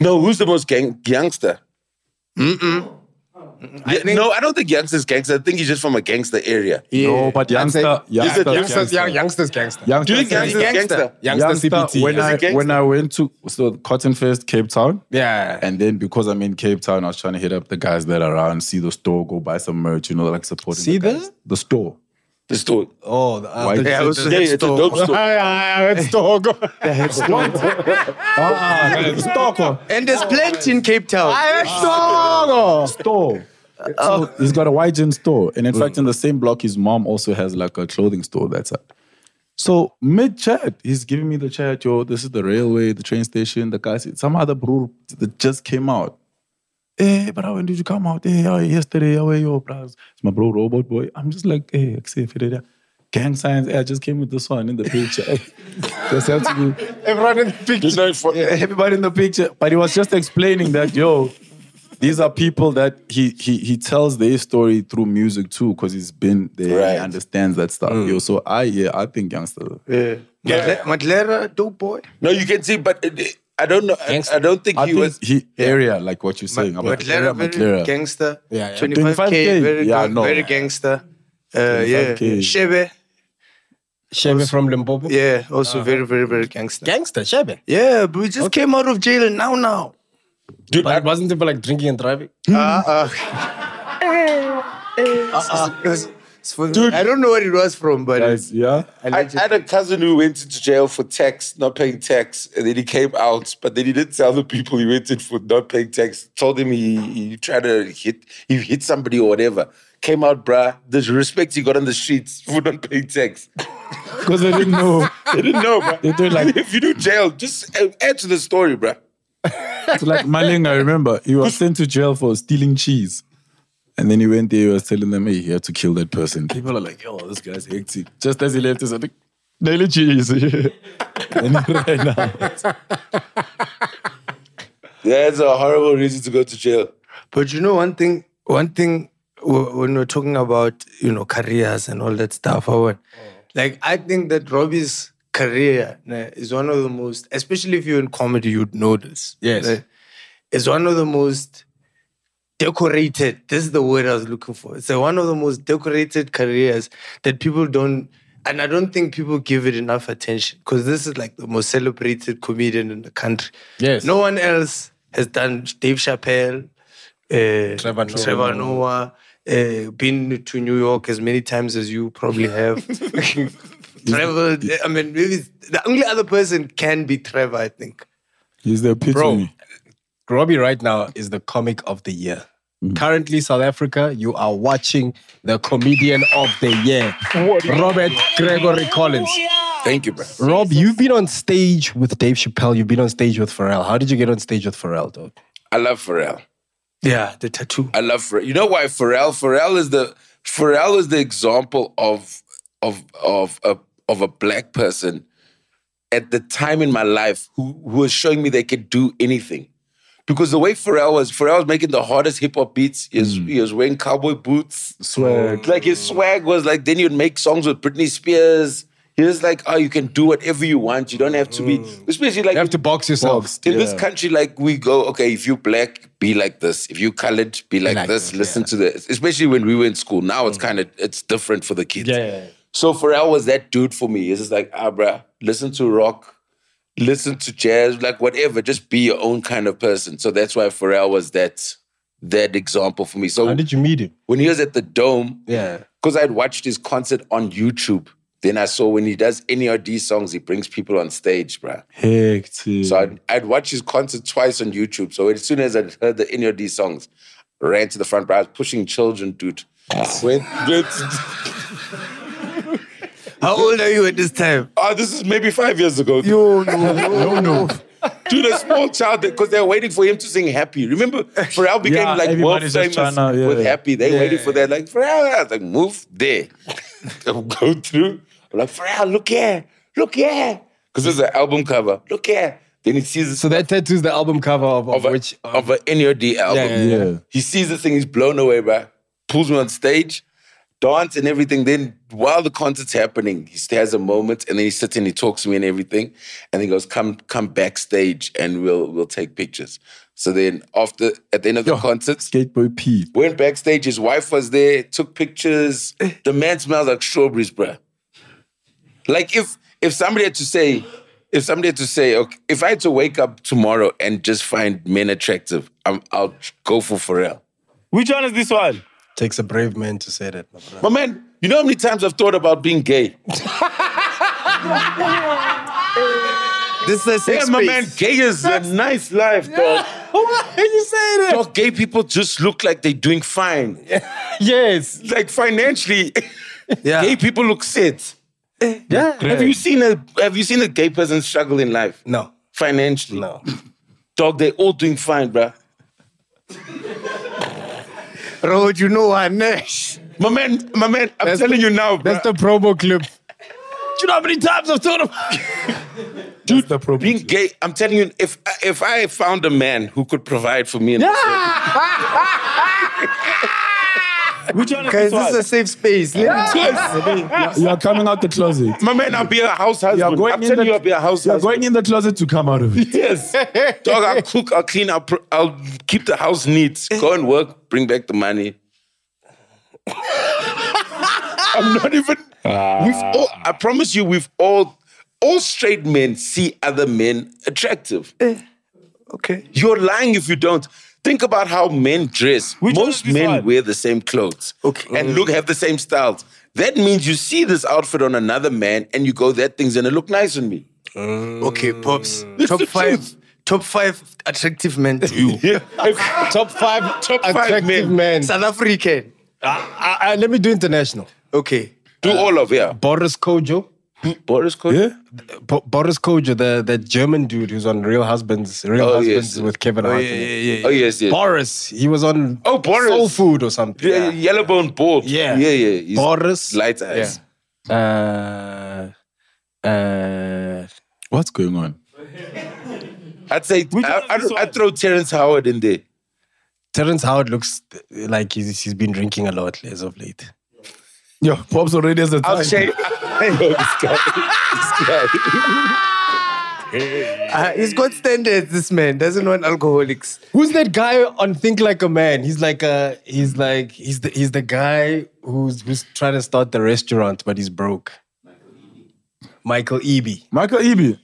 Speaker 1: No, who's the most gang- gangster? Mm-mm. Yeah, no, I don't think gangster's gangster. I think he's just from a gangster area.
Speaker 4: No, but youngster, youngster,
Speaker 11: Youngsters, young, youngsters gangster.
Speaker 1: Do
Speaker 4: youngster,
Speaker 1: you think gangster's gangster?
Speaker 11: Youngster CBT.
Speaker 4: When
Speaker 11: yeah.
Speaker 4: I
Speaker 1: gangster?
Speaker 4: when I went to so Cotton Fest, Cape Town,
Speaker 11: yeah.
Speaker 4: and then because I'm in Cape Town, I was trying to hit up the guys that are around, see the store, go buy some merch, you know, like supporting.
Speaker 5: See
Speaker 4: the,
Speaker 5: the-
Speaker 4: guys. the store.
Speaker 1: The story.
Speaker 5: Oh, the,
Speaker 4: Why-
Speaker 5: the-
Speaker 4: Yeah,
Speaker 6: it was-
Speaker 1: Yeah, it's a dope story.
Speaker 11: It's dog.
Speaker 4: Ah, store,
Speaker 6: And there's plenty in Cape Town.
Speaker 4: Ah, store. So he's got a YGN store, and in fact, in the same block, his mom also has like a clothing store. That's it. So mid chat, he's giving me the chat. Yo, this is the railway, the train station. The guy said some other bro that just came out. Hey, but when did you come out? Hey, oh, yesterday, oh, hey, yo, bro. It's my bro, robot boy. I'm just like, hey, say, gang signs. Hey, I just came with this one in the picture. just have to be
Speaker 11: Everyone in the picture.
Speaker 4: yeah, everybody in the picture. But he was just explaining that, yo, These are people that he he he tells their story through music too, because he's been there, he understands that stuff. Yo, so I yeah, I think youngster.
Speaker 6: Yeah. Matlera, dope boy.
Speaker 1: No, you can see, but it- I don't know. I, I don't think
Speaker 4: I
Speaker 1: he
Speaker 4: think
Speaker 1: was.
Speaker 4: he area like what you're saying about
Speaker 6: Matlera, very
Speaker 4: Matlera.
Speaker 6: gangster.
Speaker 4: Yeah, yeah.
Speaker 6: 25K,
Speaker 4: 25K,
Speaker 6: very,
Speaker 4: yeah, I
Speaker 6: yeah,
Speaker 4: know.
Speaker 6: very gangster. Uh, yeah.
Speaker 4: 25K.
Speaker 6: Shebe.
Speaker 9: Shebe from Limpopo?
Speaker 6: Yeah, also
Speaker 4: Uh-huh.
Speaker 6: very, very, very gangster.
Speaker 9: Gangster, Shebe?
Speaker 6: Yeah, but we just came out of jail and now, now.
Speaker 9: Dude, but wasn't it for like drinking and driving?
Speaker 6: Uh, It was- it's for- I don't know what it was from, but
Speaker 4: Uh-uh. yeah.
Speaker 1: I, I had a cousin who went into jail for tax, not paying tax, and then he came out, but then he didn't tell the people he went in for not paying tax. Told him he, he tried to hit, he hit somebody or whatever. Came out, bruh, the respect he got on the streets for not paying tax.
Speaker 4: Because they didn't know.
Speaker 1: they didn't know, bruh.
Speaker 4: They do like-
Speaker 1: if you do jail, just uh, add to the story, bruh.
Speaker 4: so like Maling, I remember he was sent to jail for stealing cheese. And then he went there, he was telling them, hey, he had to kill that person. People are like, yo, this guy's hectic. Just as he left, he said, daily cheese. and he ran out.
Speaker 1: That's a horrible reason to go to jail.
Speaker 6: But you know, one thing, one thing, wh- when we're talking about you know careers and all that stuff, I want, like I think that Robbie's career ne, is one of the most, especially if you're in comedy, you'd know this.
Speaker 11: Yes.
Speaker 6: ne, is one of the most decorated. This is the word I was looking for. It's uh, one of the most decorated careers that people don't. And I don't think people give it enough attention because this is like the most celebrated comedian in the country.
Speaker 11: Yes.
Speaker 6: No one else has done Dave Chappelle, uh, Trevor Noah, uh, been to New York as many times as you probably have. Trevor, I mean, maybe the only other person can be Trevor, I think.
Speaker 4: He's the
Speaker 6: epitome.
Speaker 9: Bro, Robbie right now is the comic of the year. Currently, South Africa, you are watching the comedian of the year, Robert Gregory Collins.
Speaker 1: Thank you, bro.
Speaker 9: Rob, you've been on stage with Dave Chappelle. You've been on stage with Pharrell. How did you get on stage with Pharrell, dog?
Speaker 1: I love Pharrell.
Speaker 6: Yeah, the tattoo.
Speaker 1: I love Pharrell. You know why Pharrell? Pharrell is the Pharrell is the example of of of a of a black person at the time in my life who who was showing me they could do anything. Because the way Pharrell was, Pharrell was making the hardest hip hop beats. He was, he was wearing cowboy boots.
Speaker 4: Swag.
Speaker 1: Like his swag was like, then you'd make songs with Britney Spears. He was like, oh, you can do whatever you want. You don't have to be, especially like. You have
Speaker 9: to box yourself.
Speaker 1: In this
Speaker 9: yeah.
Speaker 1: country, like we go, okay, if you black, be like this. If you colored, be like, this. Listen to this. Especially when we were in school. Now it's kind of, it's different for the kids.
Speaker 9: Mm. Yeah.
Speaker 1: So Pharrell was that dude for me. It's just like, ah, bruh, listen to rock, listen to jazz, like whatever. Just be your own kind of person. So that's why Pharrell was that that example for me. So
Speaker 9: How did you meet him?
Speaker 1: when he was at the Dome,
Speaker 9: Yeah.
Speaker 1: because I'd watched his concert on YouTube. Then I saw when he does NERD songs, he brings people on stage, bruh.
Speaker 4: Hectic.
Speaker 1: So I'd, I'd watched his concert twice on YouTube. So as soon as I heard the NERD songs, ran to the front, bruh. I was pushing children, dude.
Speaker 4: Ah.
Speaker 1: Went- went-
Speaker 6: How old are you at this time?
Speaker 1: Oh, this is maybe five years ago.
Speaker 6: You no, no, no.
Speaker 1: Dude, a small child, because they're waiting for him to sing Happy. Remember, Pharrell became
Speaker 4: Yeah,
Speaker 1: like world
Speaker 4: everybody's
Speaker 1: famous
Speaker 4: just trying to- yeah.
Speaker 1: with Happy. They
Speaker 4: Yeah.
Speaker 1: waited for that. Like, Pharrell, I was like, move there. They'll go through. I'm like, Pharrell, look here. Look here. Because this is an album cover. Look here. Then he sees this
Speaker 9: So that tattoo is the album cover of, of,
Speaker 1: of, a,
Speaker 9: which. um,
Speaker 1: of an NOD
Speaker 9: Yeah,
Speaker 1: album.
Speaker 9: yeah, yeah. Yeah.
Speaker 1: He sees this thing, he's blown away, bruh. Pulls me on stage, dance and everything. Then while the concert's happening, he has a moment and then he sits and he talks to me and everything. And he goes, Come, come backstage and we'll we'll take pictures. So then after at the end of the concert,
Speaker 4: Skateboy P.
Speaker 1: went backstage, his wife was there, took pictures. The man smells like strawberries, bruh. Like if if somebody had to say, if somebody had to say, okay, if I had to wake up tomorrow and just find men attractive, I'm, I'll go for Pharrell.
Speaker 9: Which one is this one? Takes a brave man to say that, my brother.
Speaker 1: My man, you know how many times I've thought about being gay?
Speaker 6: This is a
Speaker 1: Yeah,
Speaker 6: sex
Speaker 1: my
Speaker 6: space.
Speaker 1: man, gay is a nice life, dog.
Speaker 9: Why are you saying that?
Speaker 1: Dog, gay people just look like they're doing fine.
Speaker 9: yes.
Speaker 1: Like financially, gay people look set.
Speaker 9: Yeah.
Speaker 1: Have you seen a Have you seen a gay person struggle in life?
Speaker 9: No.
Speaker 1: Financially,
Speaker 9: No.
Speaker 1: dog. They're all doing fine, bruh.
Speaker 6: Road, you know I Nash.
Speaker 1: My man, my man, I'm telling you now, bruh.
Speaker 9: That's the promo clip. Do you know how many times I've told him?
Speaker 1: Dude, the problem. being gay, I'm telling you, if if I found a man who could provide for me, and
Speaker 6: Which one Guys, this is a safe space. Let me
Speaker 4: Yes. You are coming out the closet.
Speaker 1: My man, I'll be a house husband.
Speaker 4: You're going
Speaker 1: I'm
Speaker 4: in
Speaker 1: telling
Speaker 4: the,
Speaker 1: you, I'll be a house
Speaker 4: You're going in the closet to come out of it.
Speaker 1: Yes. Dog, I'll cook, I'll clean, I'll, pr- I'll keep the house neat, go and work, bring back the money. I'm not even. We've all, Ah. I promise you, we've all, all straight men see other men attractive.
Speaker 6: Okay.
Speaker 1: You're lying if you don't. Think about how men dress. Most men wear the same clothes. Okay. And look, have the same styles. That means you see this outfit on another man and you go, that thing's gonna look nice on me.
Speaker 6: Okay, pops.
Speaker 1: Mm.
Speaker 6: Top five. Top five attractive men to you.
Speaker 11: top five. Top attractive men.
Speaker 6: South African.
Speaker 9: Uh,
Speaker 11: I, I, let me do international.
Speaker 6: Okay.
Speaker 1: Do all of yeah.
Speaker 11: Boris Kojo.
Speaker 1: Boris Kojo.
Speaker 11: Uh, Yeah. Bo- Boris Kojo, the, the German dude who's on Real Husbands, Real
Speaker 1: Oh, yes.
Speaker 11: Husbands with Kevin
Speaker 1: Oh,
Speaker 11: Hart.
Speaker 1: yeah,
Speaker 11: in it.
Speaker 1: yeah, yeah, yeah. Oh, yes, yes.
Speaker 11: Boris. He was on
Speaker 1: Oh, Boris.
Speaker 11: Soul Food or something.
Speaker 1: Yeah, Yellowbone Bob.
Speaker 11: Yeah.
Speaker 1: Yeah, yeah. He's
Speaker 11: Boris.
Speaker 1: Light eyes.
Speaker 11: Uh, uh,
Speaker 4: What's going on?
Speaker 1: I'd say I, I'd, I'd throw Terrence Howard in there.
Speaker 11: Terrence Howard looks th- like he's, he's been drinking a lot as of late.
Speaker 4: Yo, Pops already has a
Speaker 1: I'll say, yo, this guy, this guy.
Speaker 6: Uh, he's got standards, this man. Doesn't want alcoholics.
Speaker 11: Who's that guy on Think Like a Man? He's like a he's like he's the he's the guy who's who's trying to start the restaurant but he's broke. Michael Eby.
Speaker 4: Michael Eby.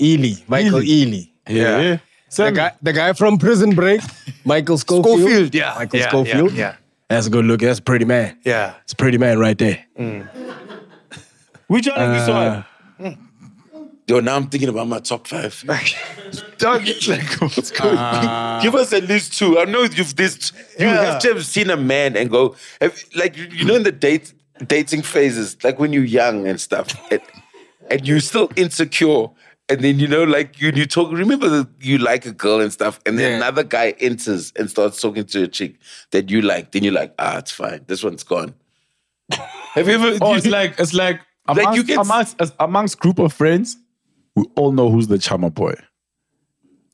Speaker 11: Ely. Michael Ely.
Speaker 4: Yeah.
Speaker 11: The guy, the guy from Prison Break, Michael Schofield.
Speaker 6: Schofield, yeah.
Speaker 11: Michael
Speaker 6: Yeah,
Speaker 11: Schofield.
Speaker 6: yeah, yeah.
Speaker 11: That's a good look. That's a pretty man.
Speaker 6: Yeah.
Speaker 11: It's a pretty man right there.
Speaker 1: Which one
Speaker 6: Uh,
Speaker 11: is this one?
Speaker 1: Yo, now I'm thinking about my top five. Dog, it's like, what's going on? Give us at least two. I know you've this. You
Speaker 6: Yeah.
Speaker 1: have to have seen a man and go, have, like you- you know, in the date dating phases, like when you're young and stuff, and, and you're still insecure. And then you know, like you, you talk. Remember, that you like a girl and stuff, and then another guy enters and starts talking to a chick that you like. Then you're like, ah, it's fine. This one's gone. Have you ever?
Speaker 4: Oh, it's like it's like amongst,
Speaker 1: you can s-
Speaker 4: amongst, as- amongst group of friends, we all know who's the charmer boy.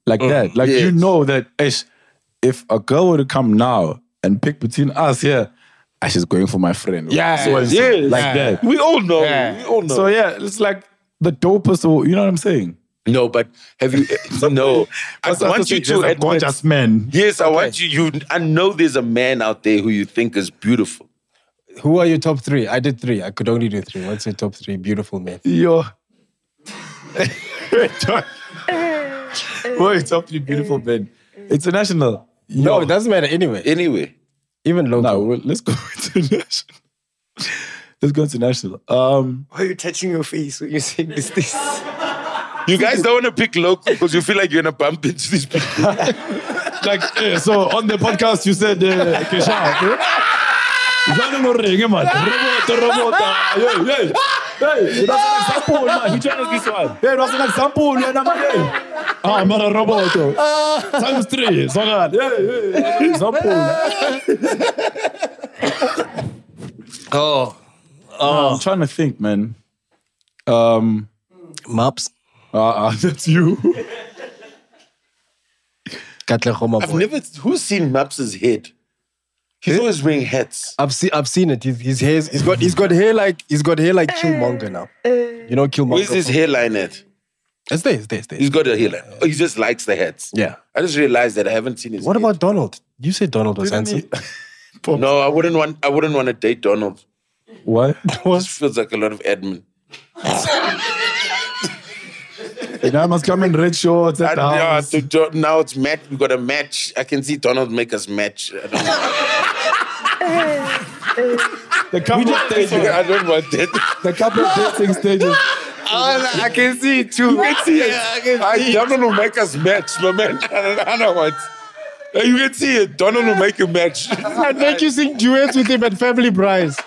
Speaker 4: Like
Speaker 1: Oh,
Speaker 4: that. Like you know that ish, if a girl were to come now and pick between us, yeah, ah, she's going for my friend.
Speaker 1: Yes,
Speaker 4: So and so,
Speaker 1: yes.
Speaker 4: Like that.
Speaker 1: We all know. We all know.
Speaker 4: So yeah, it's like the dopest. or- You know what I'm saying?
Speaker 1: No, but have you? eh, no, I
Speaker 4: That's what
Speaker 1: want you
Speaker 4: say, there's
Speaker 1: to
Speaker 4: a
Speaker 1: admit.
Speaker 4: gorgeous man.
Speaker 1: Yes, I want you. You, I know there's a man out there who you think is beautiful.
Speaker 11: Who are your top three? I did three. I could only do three. What's your top three? Beautiful men.
Speaker 4: Yo. Boy, it's up to you, beautiful men. International.
Speaker 11: No, it doesn't matter anyway.
Speaker 1: Anyway,
Speaker 11: Even local.
Speaker 4: No, well, let's go international. let's go international. Um,
Speaker 6: Why are you touching your face when you're saying this? this?
Speaker 1: you guys don't want to pick local because you feel like you're gonna bump into these people.
Speaker 4: like, eh, so on the podcast, you said, uh, Kesha, okay? eh? Zwane ngorenge, man. Robota, robota. Hey, hey. Hey, that's an example, man. Which one is this one? Hey, that's an example. Yeah, nah, man, hey. Ah, man, a roboto. Times three. Zongan. Hey, hey. Example.
Speaker 11: Oh.
Speaker 4: Oh. I'm trying to think, man. Um,
Speaker 11: Maps.
Speaker 4: uh, that's you.
Speaker 11: Katle Khoma
Speaker 1: I've
Speaker 11: boy.
Speaker 1: never. Who's seen Maps' head? He's always wearing hats.
Speaker 11: I've seen I've seen it. His, his hair's he's got he's got hair like he's got hair like Killmonger now. You know Killmonger.
Speaker 1: Where's his
Speaker 11: from-
Speaker 1: hairline at?
Speaker 11: It's there, it's there, it's there.
Speaker 1: He's got a hairline. Oh, he just likes the hats.
Speaker 11: Yeah.
Speaker 1: I just realized that I haven't seen his.
Speaker 11: What
Speaker 1: head.
Speaker 11: about Donald? You said Donald was
Speaker 4: Didn't he-
Speaker 11: handsome.
Speaker 1: No, I wouldn't want. I wouldn't want to date Donald.
Speaker 4: What?
Speaker 1: This feels like a lot of admin.
Speaker 4: You know, I must come in red shorts
Speaker 1: And
Speaker 4: at the
Speaker 1: yeah,
Speaker 4: house.
Speaker 1: to, to, now it's match. We got a match. I can see Donald make us match. I don't,
Speaker 4: The couple of dating,
Speaker 1: I don't want that.
Speaker 4: the couple of dating stages.
Speaker 6: Oh, I can see it too.
Speaker 1: You can see it.
Speaker 6: Yeah, I can
Speaker 1: I, Donald will make us match, my man. I don't, I don't want. Uh, You can see it. Donald will make you match.
Speaker 11: I'd make you sing duets with him at Family Prize.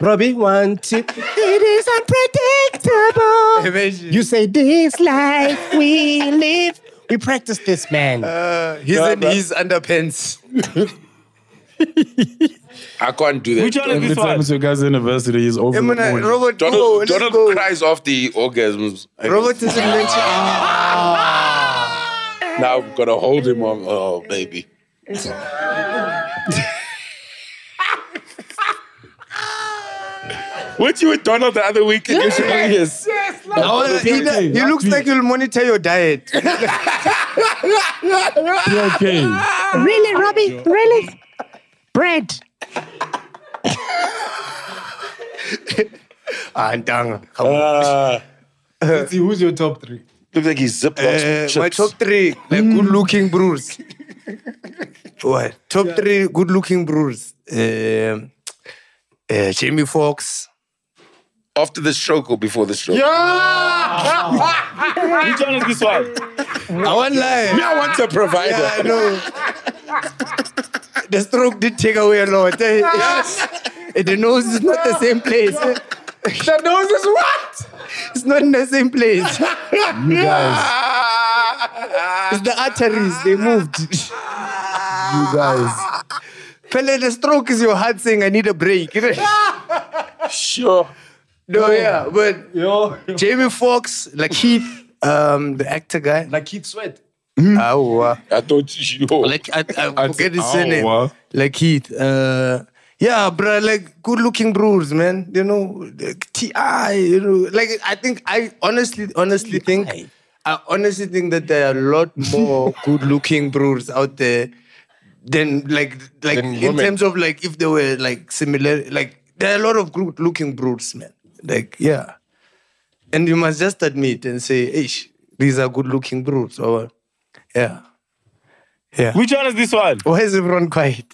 Speaker 11: Robbie, one, two. It is unpredictable.
Speaker 6: Imagine.
Speaker 11: You say this life we live. We practice this, man.
Speaker 6: Uh, he's in his underpants.
Speaker 1: I can't do that.
Speaker 4: Which one is Every this time one? it's your guys' anniversary, he's over.
Speaker 6: Yeah, man, I- Robert,
Speaker 1: Donald,
Speaker 6: go, let's
Speaker 1: Donald
Speaker 6: go.
Speaker 1: cries off the orgasms. I guess.
Speaker 6: Robert isn't mentioned.
Speaker 1: Now I've got to hold him on. Oh, baby. Weren't you with Donald the other week? Yes, yes.
Speaker 6: yes.
Speaker 1: That was
Speaker 6: He,
Speaker 1: okay.
Speaker 6: he looks like you'll monitor your diet.
Speaker 15: Really, Robbie? Really? Bread.
Speaker 6: Ah, dang.
Speaker 11: who's your top three?
Speaker 1: Looks like he's zip
Speaker 6: Uh, my top three, like good looking brewers. what? Top three good looking brewers. Um uh, Jamie Foxx.
Speaker 1: After the stroke or before the stroke?
Speaker 11: Yeah!
Speaker 1: Which one is this one?
Speaker 6: I won't lie.
Speaker 1: Me, I want a provider.
Speaker 6: Yeah, I know. the stroke did take away a lot. eh?
Speaker 11: Yes.
Speaker 6: Eh, the nose is not the same place. eh?
Speaker 11: the nose is what?
Speaker 6: It's not in the same place.
Speaker 11: You guys,
Speaker 6: It's the arteries, they moved. you
Speaker 11: guys.
Speaker 6: Pele, the stroke is your heart saying, I need a break.
Speaker 1: sure.
Speaker 6: No, yeah, but Jamie Foxx, like Keith, um, the actor guy.
Speaker 11: Like Keith Sweat.
Speaker 6: Oh,
Speaker 1: I thought you.
Speaker 6: Like, I, I forget his surname.
Speaker 11: Aowa.
Speaker 6: Like Keith. Uh, yeah, bro, like good looking bros, man. You know, like TI, you know. Like, I think, I honestly, honestly think, I honestly think that there are a lot more good looking bros out there than, like, like
Speaker 11: Than
Speaker 6: in
Speaker 11: women.
Speaker 6: terms of, like, if they were, like, similar, like, there are a lot of good looking bros, man. Like, yeah. And you must just admit and say, ish, these are good looking bros. Or, yeah. Yeah.
Speaker 11: Which one is this one?
Speaker 6: Why is everyone quiet?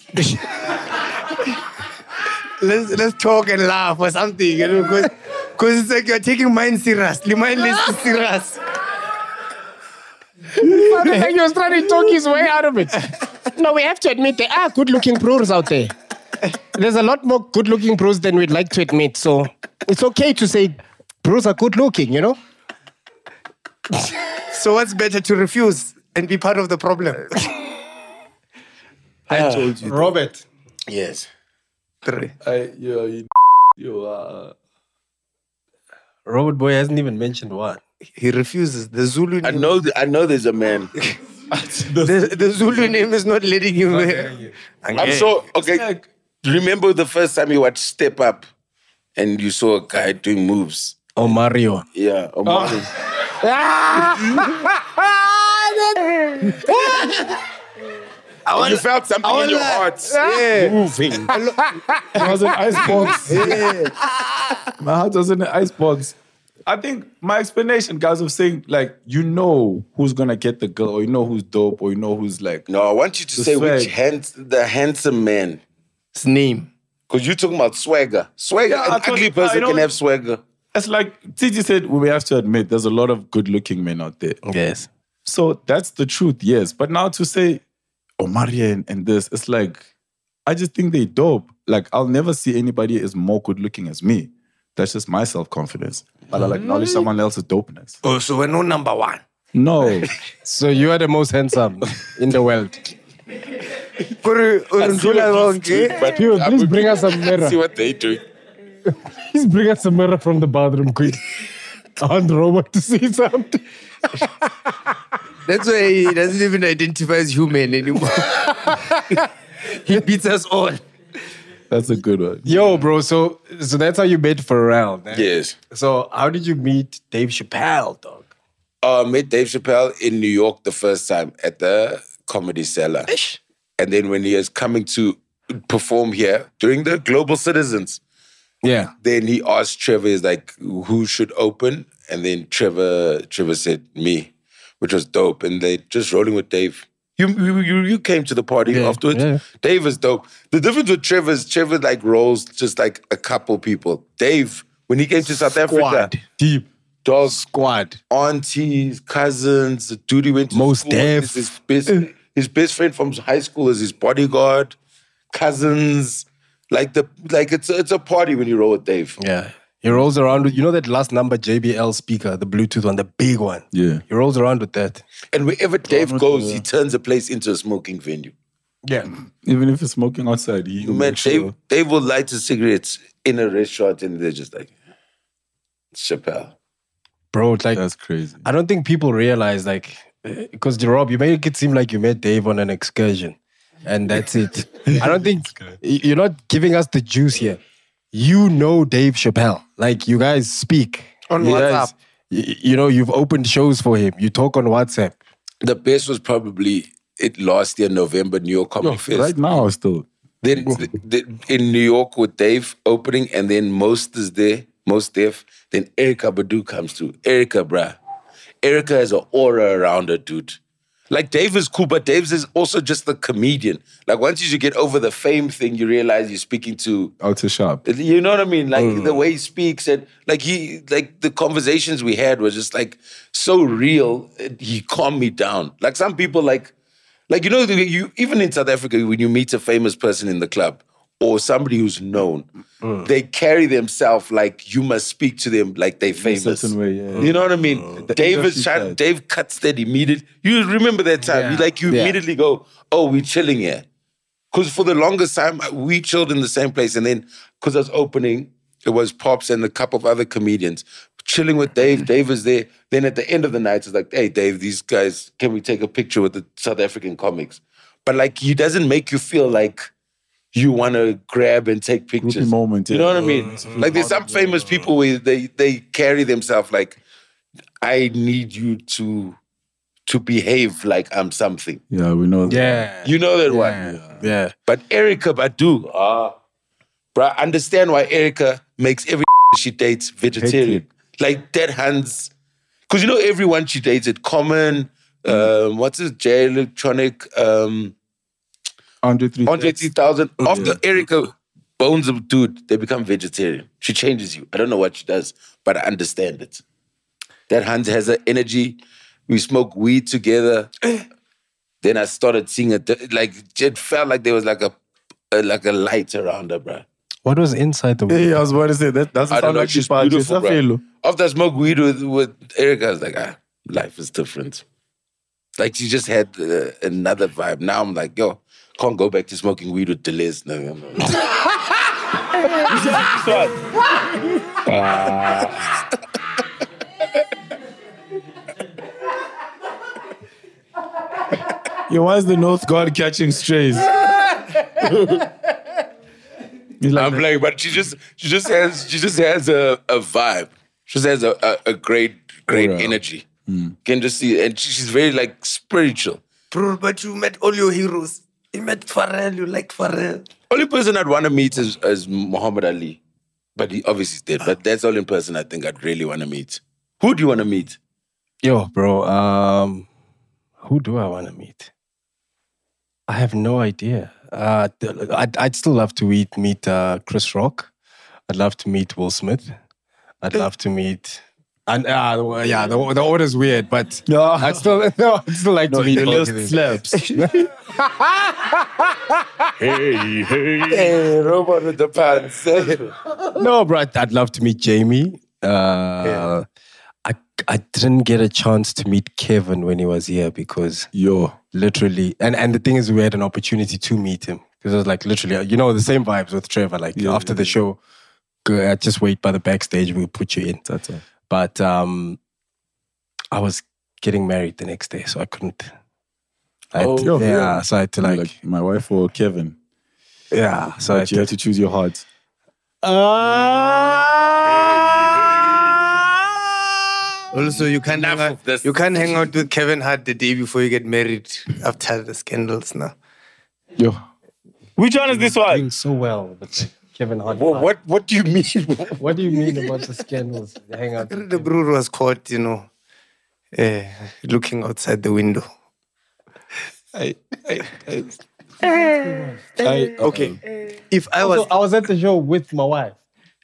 Speaker 6: let's let's talk and laugh or something, you know, because because it's like you're taking mine seriously. Mine less is serious.
Speaker 15: Like he was trying to talk his way out of it. No, we have to admit there
Speaker 11: Ah,
Speaker 15: are good looking pros out there. There's a lot more good looking pros than we'd like to admit. So it's okay to say pros are good looking, you know?
Speaker 6: So what's better to refuse and be part of the problem? I told you.
Speaker 11: Robert.
Speaker 1: Yes.
Speaker 6: Three.
Speaker 11: I, you, you, you, uh, Robert Boy hasn't even mentioned one.
Speaker 6: He refuses. The Zulu.
Speaker 1: I know. th- I know. There's a man.
Speaker 6: The, the Zulu name is not letting you.
Speaker 1: I'm sure. Okay. Remember the first time you watched Step Up, and you saw a guy doing moves.
Speaker 11: Oh, Mario.
Speaker 1: Yeah. or moves. you felt something in your heart
Speaker 6: Yeah.
Speaker 1: moving.
Speaker 4: It was an icebox. My heart was in an icebox. I think my explanation, guys, of saying like you know who's gonna get the girl, or you know who's dope, or you know who's like
Speaker 1: No, I want you to
Speaker 4: The
Speaker 1: say
Speaker 4: swag.
Speaker 1: which hands the handsome man.
Speaker 6: His name.
Speaker 1: Because you're talking about swagger. Swagger.
Speaker 4: Yeah, I
Speaker 1: an
Speaker 4: thought-
Speaker 1: ugly
Speaker 4: I
Speaker 1: person
Speaker 4: know-
Speaker 1: can have swagger.
Speaker 4: It's like TG said, we have to admit there's a lot of good looking men out there.
Speaker 11: Yes.
Speaker 4: So that's the truth, yes. But now to say Omaria and, and this, it's like, I just think they dope. Like, I'll never see anybody as more good looking as me. That's just my self confidence. But I'll
Speaker 11: Mm-hmm.
Speaker 4: acknowledge someone else's dopeness.
Speaker 6: Oh, so we're no number one.
Speaker 4: No.
Speaker 11: so you are the most handsome in the world.
Speaker 6: Kuri, undlula wonke.
Speaker 11: Pure, please bring us a mirror.
Speaker 1: See what they do.
Speaker 11: Please bring us a mirror from the bathroom, quick. I want Robert to see something.
Speaker 6: That's why he doesn't even identify as human anymore. he beats us all.
Speaker 4: That's a good one.
Speaker 11: Yo, bro. So, so that's how you met Pharrell. Then.
Speaker 1: Yes.
Speaker 11: So, how did you meet Dave Chappelle, dog?
Speaker 1: Uh, met Dave Chappelle in New York the first time at the Comedy Cellar. And then when he is coming to perform here during the Global Citizens,
Speaker 11: Yeah.
Speaker 1: then he asked Trevor, he's like, who should open? And then Trevor, Trevor said me, which was dope. And they just rolling with Dave. You you you, you came to the party afterwards. Dave is dope. The difference with Trevor is Trevor like rolls just like a couple people. Dave, when he came to South Africa,
Speaker 11: Deep.
Speaker 1: dog
Speaker 11: Squad.
Speaker 1: aunties, cousins, the dude he went to
Speaker 11: Most
Speaker 1: school with
Speaker 11: deaf. Mm.
Speaker 1: is His best, his best friend from high school is his bodyguard, cousins. Like the like it's a, it's a party when you roll with Dave.
Speaker 11: Yeah. He rolls around with, you know, that last number JBL speaker, the Bluetooth one, the big one.
Speaker 4: Yeah.
Speaker 11: He rolls around with that.
Speaker 1: And wherever Dave goes, he turns the place into a smoking venue. Yeah.
Speaker 4: Even if you're smoking outside, he
Speaker 11: Mm,
Speaker 4: will
Speaker 1: Man,
Speaker 4: make sure.
Speaker 1: they, they will light the cigarettes in a restaurant and they're just like, Chappelle.
Speaker 11: bro. Like
Speaker 4: that's crazy.
Speaker 11: I don't think people realize like because Rob, you make it seem like you met Dave on an excursion, and that's it. I don't think y- you're not giving us the juice here. You know Dave Chappelle. Like you guys speak
Speaker 6: On
Speaker 11: you
Speaker 6: WhatsApp.
Speaker 11: y- y- you know you've opened shows for him. You talk on WhatsApp.
Speaker 1: The best was probably it last year, November, New York Comedy Fest.
Speaker 4: Right now, still.
Speaker 1: Then th- th- in New York with Dave opening, and then Most is there, Most Def. Then Erica Badu comes through. Erica, bruh. Erica has an aura around her, dude. Like Dave is cool, but Dave's is also just the comedian. Like once you get over the fame thing, you realize you're speaking to
Speaker 4: Out to shop.
Speaker 1: you know what I mean? Like the way he speaks and like he like the conversations we had were just like so real. It- He calmed me down. Like some people like like you know the- you even in South Africa when you meet a famous person in the club or somebody who's known, they carry themselves like you must speak to them like they famous. You know what I mean? David's trying, Dave cuts that immediate. You remember that time? You, like you
Speaker 4: Yeah.
Speaker 1: immediately go, "Oh, we're chilling here." Because for the longest time, we chilled in the same place. And then, because I was opening, it was Pops and a couple of other comedians chilling with Dave. Dave was there. Then at the end of the night, it's like, hey, Dave, these guys, can we take a picture with the South African comics? But like, he doesn't make you feel like you want to grab and take pictures.
Speaker 4: moment,
Speaker 1: you
Speaker 4: yeah.
Speaker 1: know what I mean? Like, there's some famous people where they, they carry themselves like, I need you to to behave like I'm something.
Speaker 4: Yeah, we know.
Speaker 11: Yeah.
Speaker 1: You know that one.
Speaker 11: Yeah.
Speaker 1: But Erica Badu, ah, bro, I understand why Erica makes every she dates vegetarian. Like dead hands. Because you know everyone she dates at Common, um, what's his J Electronic, um,
Speaker 4: Andre 3000.
Speaker 1: Andre 3000. After Erica bones a dude, they become vegetarian. She changes you. I don't know what she does, but I understand it. That Hans has an energy. We smoke weed together. then I started seeing it. Like it felt like there was like a, a like a light around her, bro.
Speaker 11: What was inside the?
Speaker 6: Eh,
Speaker 4: Yeah, I was about to say that. That's
Speaker 1: I don't
Speaker 4: sound
Speaker 1: know.
Speaker 4: like
Speaker 1: She's
Speaker 4: she's beautiful,
Speaker 1: beautiful, bro. After I smoked weed with, with Erica, I was like, ah, life is different. Like she just had uh, another vibe. Now I'm like, yo, can't go back to smoking weed with Deleuze. No, no, no.
Speaker 4: Yo, why is the North God catching strays?
Speaker 1: I'm like, but she just she just has she just has a, a vibe. She just has a, a, a great great energy. Can just see, and she- she's very like spiritual.
Speaker 6: Bro, but you met all your heroes. You met Pharrell, you liked Pharrell.
Speaker 1: Only person I'd want to meet is, is Muhammad Ali, but he obviously is dead. But that's the only person I think I'd really want to meet. Who do you want to meet?
Speaker 11: Yo, bro. Um, who do I want to meet? I have no idea. Uh, th- I'd, I'd still love to meet meet uh, Chris Rock. I'd love to meet Will Smith. I'd love to meet. And uh, the- well, yeah, the, the order's weird, but I'd still no, I'd still like to meet.
Speaker 4: the
Speaker 11: both
Speaker 4: list
Speaker 11: of them.
Speaker 1: Hey, hey, hey, robot with the pants.
Speaker 11: no, bro, I'd, I'd love to meet Jamie. Uh, I I didn't get a chance to meet Kevin when he was here because
Speaker 4: yo,
Speaker 11: literally, and and the thing is, we had an opportunity to meet him because it was like literally, you know, the same vibes with Trevor. Like after the show, go, uh, just wait by the backstage, we'll put you in.
Speaker 4: That's all.
Speaker 11: But um, I was getting married the next day, so I couldn't. I had to-
Speaker 4: Yo,
Speaker 11: Oh, yeah, so I had to
Speaker 4: You're
Speaker 11: like,
Speaker 4: my wife or Kevin.
Speaker 11: yeah, so I
Speaker 4: But you have to choose your heart.
Speaker 6: Also, you can't hang out, you can't hang out with Kevin Hart the day before you get married after the scandals now.
Speaker 4: Yo.
Speaker 7: Which one is this one?
Speaker 11: Doing so well, but Kevin Hart.
Speaker 1: what what do you mean?
Speaker 11: what do you mean about the scandals? Hang on.
Speaker 6: The brewer was caught, you know, eh, looking outside the window.
Speaker 4: I, I, I,
Speaker 6: okay. If I was,
Speaker 11: I was at the show with my wife.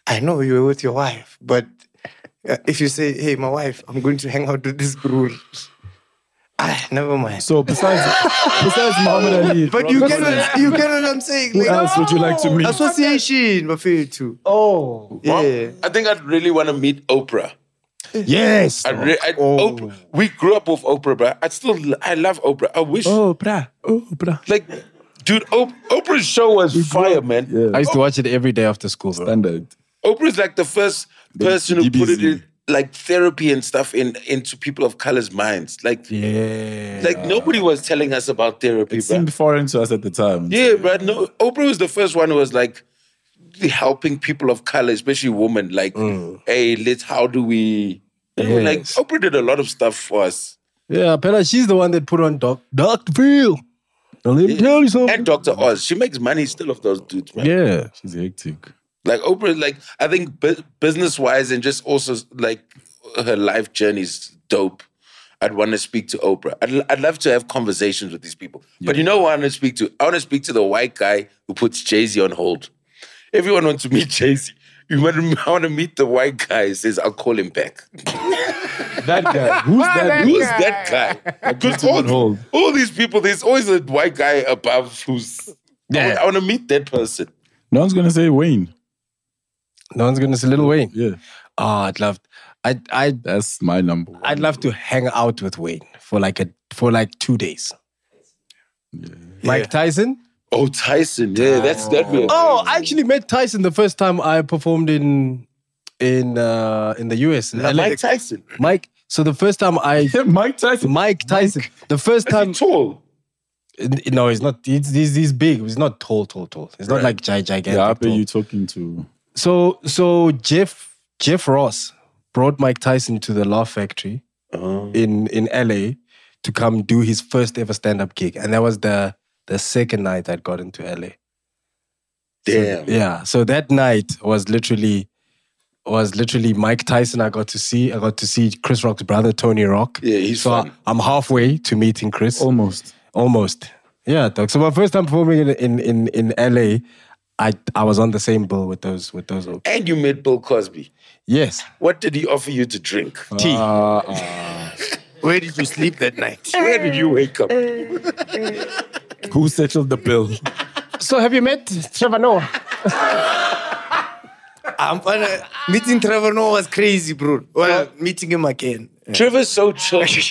Speaker 6: I know you were with your wife, but uh, if you say, "Hey, my wife, I'm going to hang out with this brewer," ah, never mind.
Speaker 4: So besides besides Muhammad Ali,
Speaker 6: But you cannot, you cannot. I'm saying.
Speaker 4: Who else would you like to meet?
Speaker 6: Association, but for too.
Speaker 11: Oh,
Speaker 6: yeah.
Speaker 1: I think I'd really want to meet Oprah.
Speaker 11: Yes.
Speaker 1: I re- I, Oprah.
Speaker 4: Oh.
Speaker 11: Ah,
Speaker 1: We grew up with Oprah, bro. I still I love Oprah. I wish
Speaker 11: oh,
Speaker 4: Oprah, Oprah.
Speaker 1: like Dude, Op- Oprah's show was fire, man.
Speaker 11: I used to watch it every day after school. Bro.
Speaker 4: Standard.
Speaker 1: Oprah's like the first person who put it in like therapy and stuff in into people of color's minds. Like,
Speaker 4: yeah,
Speaker 1: like nobody was telling us about therapy,
Speaker 4: It
Speaker 1: bro.
Speaker 4: seemed foreign to us at the time.
Speaker 1: Yeah, bro. No, Oprah was the first one who was like helping people of color, especially women. Like,
Speaker 4: Mm.
Speaker 1: hey, let's how do we? And we're like Oprah did a lot of stuff for us.
Speaker 11: Yeah, Pella, she's the one that put on Doc Dr. Phil. Don't let me tell you something.
Speaker 1: And Dr. Oz, she makes money still off those dudes, man.
Speaker 4: Yeah, she's hectic.
Speaker 1: Like Oprah, like I think bu- business wise and just also like her life journey's dope. I'd want to speak to Oprah. I'd, l- I'd love to have conversations with these people. But you know what I want to speak to? I want to speak to the white guy who puts Jay Z on hold. Everyone wants to meet Jay Z. You want to, I want to meet the white guy. who Says I'll call him back.
Speaker 4: that guy. Who's that?
Speaker 1: Who's that guy? Because all, all these people, there's always a white guy above who's. I, want to meet that person.
Speaker 4: No one's gonna say Wayne.
Speaker 11: No one's gonna say Little Wayne.
Speaker 4: Yeah.
Speaker 11: Oh, I'd love. I I.
Speaker 4: That's my number.
Speaker 11: I'd love to hang out with Wayne for like a for like two days. Mike Tyson.
Speaker 1: Oh, Tyson. Yeah, that's that real.
Speaker 11: Oh, I actually met Tyson the first time I performed in in uh in the US. in LA.
Speaker 1: Mike Tyson.
Speaker 11: Mike. So the first time I
Speaker 4: Mike Tyson.
Speaker 11: Mike Tyson. The first time
Speaker 1: tall.
Speaker 11: No, he's not. He's, he's he's big. He's not tall, tall, tall. He's not
Speaker 4: Right.
Speaker 11: like gi- gigantic.
Speaker 4: Yeah, I bet
Speaker 11: tall.
Speaker 4: you talking to.
Speaker 11: So so Jeff Jeff Ross brought Mike Tyson to the Laugh Factory
Speaker 4: Oh.
Speaker 11: in in LA to come do his first ever stand up gig, and that was the the second night I'd got into LA.
Speaker 1: Damn.
Speaker 11: Yeah. So that night was literally was literally Mike Tyson. I got to see. I got to see Chris Rock's brother Tony Rock.
Speaker 1: Yeah, he's
Speaker 11: so I, I'm halfway to meeting Chris.
Speaker 4: Oh Almost.
Speaker 11: Almost. Yeah, dog. So my first time performing in in in, in LA, I I was on the same bill with those with those. old-
Speaker 1: And you met Bill Cosby.
Speaker 11: Yes.
Speaker 1: What did he offer you to drink?
Speaker 11: Tea.
Speaker 1: Uh, Where did you sleep that night? Where did you wake up?
Speaker 4: Who settled the bill?
Speaker 15: So have you met Trevor Noah?
Speaker 11: Um,
Speaker 6: I'm fine.
Speaker 11: uh,
Speaker 6: Meeting Trevor Noah was crazy, bro. Well, meeting him again.
Speaker 1: Trevor's so chill.
Speaker 6: You-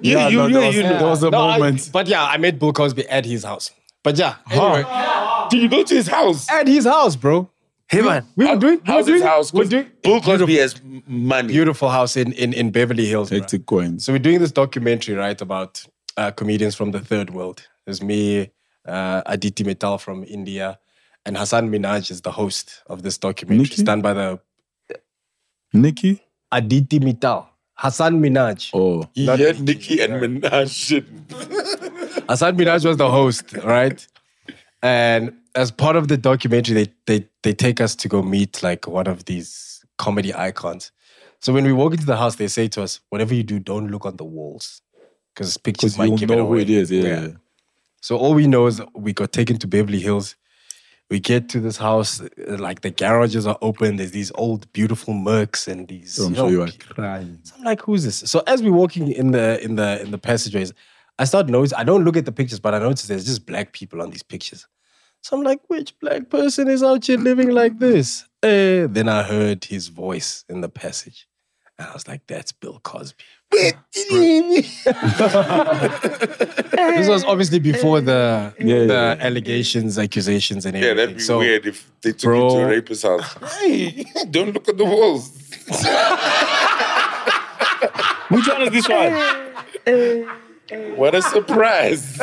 Speaker 6: Yeah, you- no, you- there was- you know. there was a
Speaker 11: I-
Speaker 6: moment.
Speaker 11: but yeah, I met Bill Cosby at his house. But yeah,
Speaker 6: Huh.
Speaker 11: anyway.
Speaker 1: Did you go to his house?
Speaker 11: At his house, bro.
Speaker 6: Hey man,
Speaker 11: we were doing. we were
Speaker 1: How's his
Speaker 11: doing-
Speaker 1: house?
Speaker 11: we were
Speaker 1: 'Cause
Speaker 11: doing-
Speaker 1: Bill Cosby has m- money.
Speaker 11: beautiful house in in, in Beverly Hills. bruh.
Speaker 4: Hectic coins.
Speaker 11: So we're doing this documentary, right, about uh, comedians from the third world. There's me, uh, Aditi Mittal from India, and Hassan Minaj is the host of this documentary. It's done by the
Speaker 4: Nikki.
Speaker 11: Aditi Mittal, Hassan Minaj.
Speaker 4: Oh,
Speaker 1: Yeah, Nikki and Minaj.
Speaker 11: Hassan Minaj was the host, right? And as part of the documentary, they they they take us to go meet like one of these comedy icons. So when we walk into the house, they say to us, "Whatever you do, don't look on the walls, because pictures
Speaker 4: because
Speaker 11: might
Speaker 4: you
Speaker 11: give it
Speaker 4: know who
Speaker 11: away."
Speaker 4: it is. Yeah.
Speaker 11: So all we know is we got taken to Beverly Hills. We get to this house, uh, like the garages are open. There's these old, beautiful Mercs and these.
Speaker 4: I'm
Speaker 11: you
Speaker 4: sure
Speaker 11: know,
Speaker 4: you are crying.
Speaker 11: so I'm like, who's this? So as we're walking in the in the in the passageways, I start notice. I don't look at the pictures, but I notice there's just black people on these pictures. So I'm like, which black person is out here living like this? Eh, then I heard his voice in the passage, and I was like, that's Bill Cosby. this was obviously before the the allegations, accusations, and
Speaker 1: Yeah,
Speaker 11: everything.
Speaker 1: that'd be
Speaker 11: so,
Speaker 1: weird if they took
Speaker 11: Bro.
Speaker 1: you to a rapist's house. Hey, don't look at the walls. Which one is this one? What a surprise.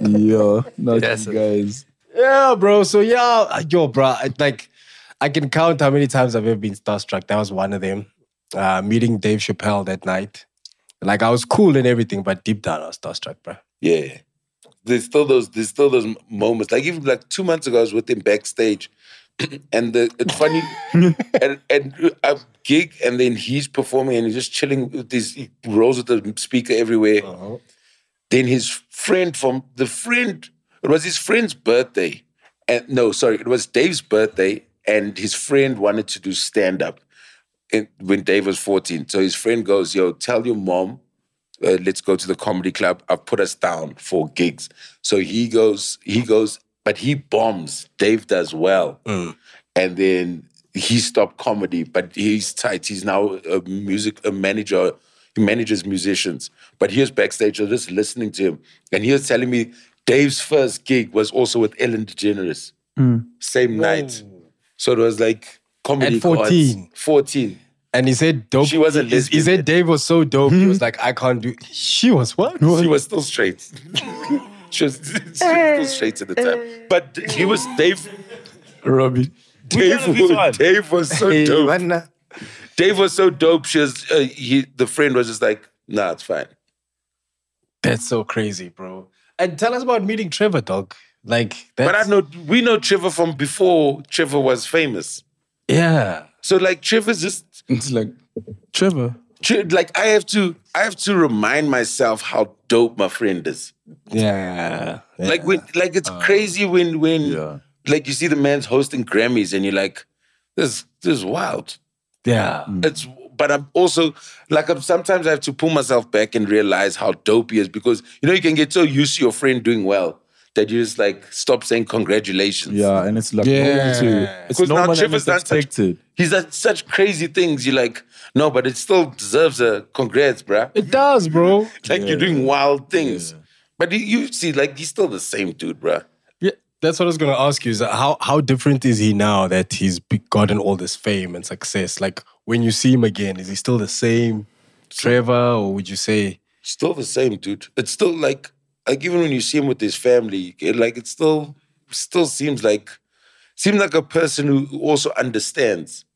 Speaker 4: Yeah, not you guys.
Speaker 11: Yeah, bro. So yeah, yo, bro. I- Like, I can count how many times I've ever been starstruck. That was one of them. Uh, meeting Dave Chappelle that night. Like I was cool and everything, but deep down I was starstruck, bro.
Speaker 1: Yeah. There's still those there's still those moments. Like even like two months ago, I was with him backstage. And the it's funny, and and I gig, and then he's performing, and he's just chilling with these he rolls with the speaker everywhere. Then his friend from the friend, it was his friend's birthday, and no, sorry, it was Dave's birthday, and his friend wanted to do stand up, and when Dave was fourteen, so his friend goes, "Yo, tell your mom uh, let's go to the comedy club. I've put us down for gigs. So he goes, he goes, but he bombs. Dave does well. And then he stopped comedy, but he's tight. He's now a music a manager He manages musicians. But he was backstage, I was just listening to him. And he was telling me Dave's first gig was also with Ellen DeGeneres, same night. So it was like comedy.
Speaker 11: At 14.
Speaker 1: cards. 14.
Speaker 11: And he said dope. She wasn't he, he said Dave was so dope. He was like, I can't do She was what?
Speaker 1: She was still straight. she, was, she was still straight at the time. But he was Dave.
Speaker 11: Robbie.
Speaker 1: Dave was, Dave was so dope. Dave was so dope. She was, uh, he, the friend was just like, nah, it's fine.
Speaker 11: That's so crazy, bro. And tell us about meeting Trevor, dog. Like
Speaker 1: But I know we know Trevor from before Trevor was famous.
Speaker 11: Yeah.
Speaker 1: So like Trevor's just
Speaker 4: it's like Trevor.
Speaker 1: like I have to I have to remind myself how dope my friend is.
Speaker 11: Yeah.
Speaker 1: Like when like it's crazy when when like you see the man's hosting Grammys and you're like, this this is wild.
Speaker 11: Yeah.
Speaker 1: It's but I'm also like I'm sometimes I have to pull myself back and realize how dope he is because you know you can get so used to your friend doing well that you just like stop saying congratulations.
Speaker 4: Yeah, and it's like normal too. It's
Speaker 1: Because now
Speaker 4: normal and
Speaker 1: Trevor's
Speaker 4: it's
Speaker 1: done such-
Speaker 4: expected.
Speaker 1: he's done such crazy things. You're like, no, but it still deserves a congrats, bruh.
Speaker 11: It does, bro.
Speaker 1: like you're doing wild things. But you- you see, like he's still the same dude, bruh.
Speaker 11: Yeah, that's what I was gonna ask you. Is that how how different is he now that he's be- gotten all this fame and success? Like when you see him again, is he still the same Trevor, or would you say
Speaker 1: Still the same, dude. It's still like like even when you see him with his family, it, like it still still seems like seems like a person who who also understands.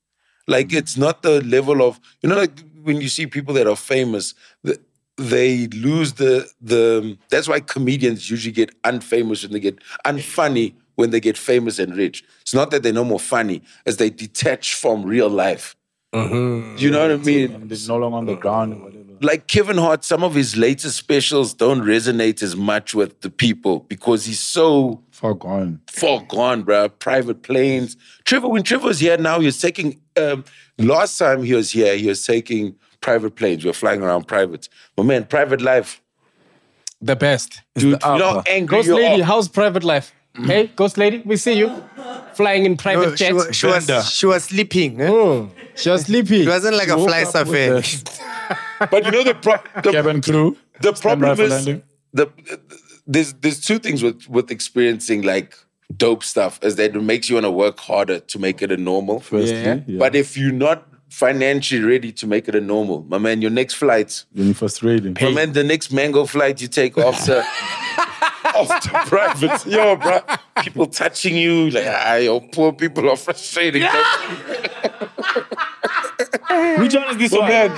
Speaker 1: Like it's not the level of you know, like when you see people that are famous, th- they lose the the. That's why comedians usually get unfamous when they get unfunny when they get famous and rich. It's not that they're no more funny, as they detach from real life. You know what I mean?
Speaker 4: It's no longer on the ground.
Speaker 1: like Kevin Hart, some of his latest specials don't resonate as much with the people because he's so
Speaker 4: Far gone.
Speaker 1: far gone, bruh. Private planes. Trevor, when Trevor was here now, he was taking, um, last time he was here, he was taking private planes. We were flying around private. But man, private life,
Speaker 11: the best?
Speaker 1: dude, you know how angry
Speaker 15: Ah, Ghost
Speaker 1: you
Speaker 15: lady,
Speaker 1: are.
Speaker 15: how's private life? Hey, ghost lady, we see you flying in private
Speaker 6: No, she
Speaker 15: jets.
Speaker 6: wa- she was- Brenda. she was sleeping.
Speaker 1: eh?
Speaker 11: She was sleeping.
Speaker 6: It wasn't like a fly affair.
Speaker 1: But you know the, pro- the
Speaker 4: cabin crew.
Speaker 1: The problem
Speaker 4: rifle
Speaker 1: is
Speaker 4: landing.
Speaker 1: the, there's there's two things with with experiencing like dope stuff is that it makes you want to work harder to make it a normal.
Speaker 4: Firstly, Yeah. yeah.
Speaker 1: But if you're not financially ready to make it a normal, my man, your next flight,
Speaker 4: When you first raiding.
Speaker 1: my man, the next mango flight you take after after private, yo, bro, people touching you like, ah, yo, poor people are frustrating.
Speaker 4: Which one is this
Speaker 1: My
Speaker 4: one?
Speaker 1: man,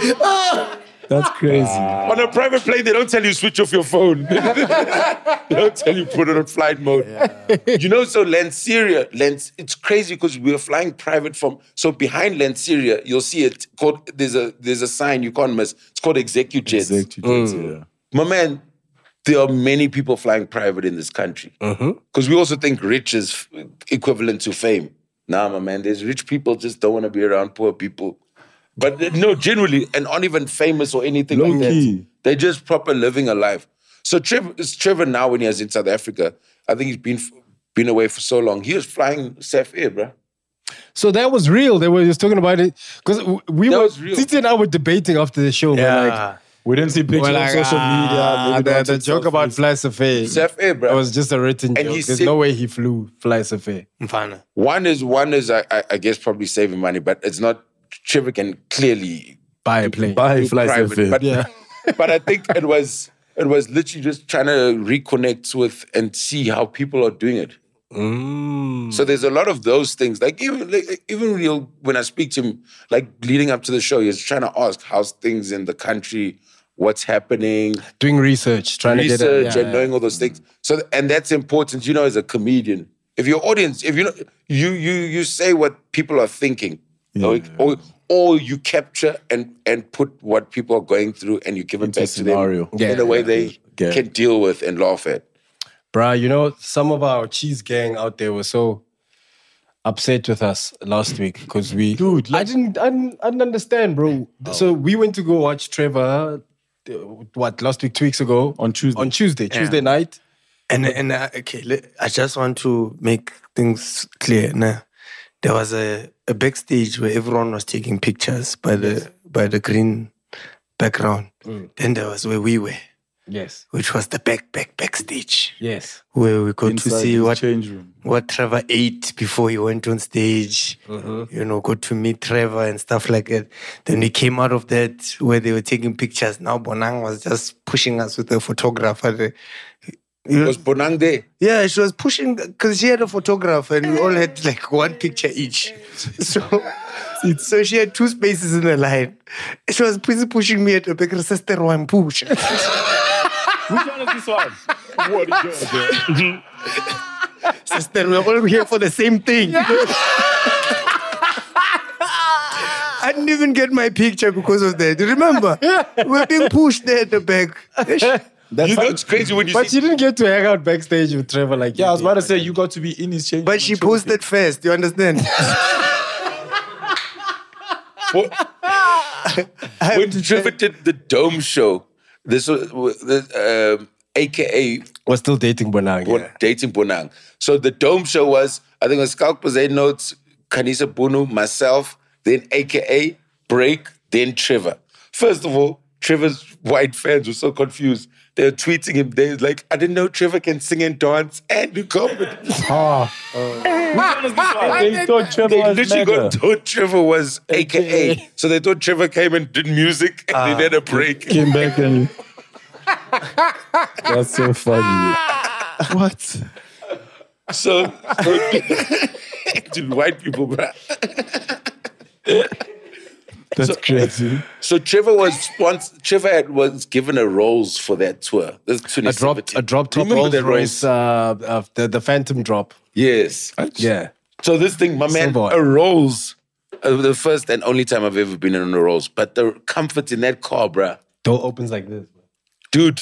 Speaker 4: That's crazy.
Speaker 1: on a private plane, they don't tell you switch off your phone. they don't tell you put it on flight mode. you know, so Lanceria, Lance, it's crazy because we are flying private from. So behind Lanceria, you'll see it called. There's a there's a sign you can't miss. It's called ExecuJets.
Speaker 4: Executives, yeah.
Speaker 1: My man, there are many people flying private in this country because we also think rich is f- equivalent to fame. Nah, my man, there's rich people just don't want to be around poor people. But th- no, generally, and not even famous or anything like that. They're just proper living a life. So Trevor, it's Trevor now when he was in South Africa. I think he's been f- been away for so long. He was flying Saf Air, bro.
Speaker 11: So that was real. They were just talking about it because we
Speaker 1: That
Speaker 11: were
Speaker 1: was real.
Speaker 11: Titi and I were debating after the show. We're like,
Speaker 4: we didn't see
Speaker 11: we're
Speaker 4: pictures
Speaker 11: like,
Speaker 4: on social
Speaker 11: ah,
Speaker 4: media.
Speaker 11: the, the joke about fly affair.
Speaker 1: Saf Air,
Speaker 11: It
Speaker 1: bro.
Speaker 11: was just a written
Speaker 1: And
Speaker 11: joke.
Speaker 1: he
Speaker 11: There's
Speaker 1: said-
Speaker 11: no way he flew fly affair.
Speaker 1: One is one is I, I, I guess probably saving money, but it's not. Trevor can clearly
Speaker 11: Buy a plane.
Speaker 4: Buy
Speaker 1: do
Speaker 4: flights
Speaker 1: private,
Speaker 4: FM.
Speaker 1: But,
Speaker 11: Yeah.
Speaker 1: but I think it was it was literally just trying to reconnect with and see how people are doing it. So there's a lot of those things. Like even like, even real when I speak to him, like leading up to the show, he was trying to ask how's things in the country, what's happening,
Speaker 11: Doing research, trying
Speaker 1: research,
Speaker 11: to get it.
Speaker 1: and knowing all those things. So and that's important, you know, as a comedian. If your audience, if you know, you you you say what people are thinking, or, or or you capture and and put what people are going through and you give it back to
Speaker 4: scenario.
Speaker 1: them in
Speaker 11: Yeah,
Speaker 1: a way
Speaker 11: yeah,
Speaker 1: they
Speaker 4: yeah.
Speaker 1: can deal with and laugh at.
Speaker 11: Bruh, you know, some of our cheese gang out there were so upset with us last week because we. Dude, I, didn't, I didn't, I didn't understand, bro.
Speaker 4: Oh.
Speaker 11: So we went to go watch Trevor, uh, what, last week, two weeks ago?
Speaker 4: On Tuesday.
Speaker 11: On Tuesday, Tuesday night.
Speaker 6: And and uh, okay, le- I just want to make things clear. Now, there was a, a backstage where everyone was taking pictures by the by the green background.
Speaker 15: Mm.
Speaker 6: Then there was where we were,
Speaker 11: Yes.
Speaker 6: which was the back, back, backstage.
Speaker 11: Yes.
Speaker 6: Where we got to
Speaker 11: Inside
Speaker 6: see
Speaker 11: his
Speaker 6: what
Speaker 4: change room.
Speaker 6: what Trevor ate before he went on stage. You know, got to meet Trevor and stuff like that. Then we came out of that where they were taking pictures. Now Bonang was just pushing us with a photographer. The- You
Speaker 1: was Bonang there?
Speaker 6: Yeah, she was pushing because she had a photographer and we all had like one picture each. So, so she had two spaces in the line. She was busy pushing me at the back. Sister, one push.
Speaker 2: Which one is this one? What is yours?
Speaker 6: Sister, we're all here for the same thing. I didn't even get my picture because of that. Remember, we're being pushed there at the back.
Speaker 4: you know it's crazy when you
Speaker 11: But you didn't get to hang out backstage with Trevor like
Speaker 4: Yeah, I was about to say you got to be in his change.
Speaker 6: But she posted first, you understand?
Speaker 1: when Trevor did the Dome show, this was the um, AKA
Speaker 11: was still dating Bonang.
Speaker 1: Bon- dating Bonang. So the Dome show was I think it was Skalk Pazay notes, Kanisa Bunu, myself, then AKA Break, then Trevor. First of all, Trevor's white fans were so confused. They were tweeting him. They were like, I didn't know Trevor can sing and dance and do comedy.
Speaker 2: They thought Trevor
Speaker 1: They
Speaker 2: was
Speaker 1: literally
Speaker 2: mega.
Speaker 1: got thought Trevor was AKA. So they thought Trevor came and did music and then had a break.
Speaker 4: Came back and that's so funny. what?
Speaker 1: So, dude, white people, bruh.
Speaker 4: That's crazy.
Speaker 1: So Trevor was spons- Trevor had, was given a Rolls for that tour. This is
Speaker 11: A drop,
Speaker 1: 2017.
Speaker 11: a drop top
Speaker 1: Remember
Speaker 11: Rolls
Speaker 1: the
Speaker 11: Royce, uh, uh, the, the Phantom drop.
Speaker 1: Yes.
Speaker 11: Yeah.
Speaker 1: So this thing, my man, a Rolls. uh, the first and only time I've ever been in a Rolls, but the comfort in that car, bruh.
Speaker 11: Door opens like this.
Speaker 1: dude,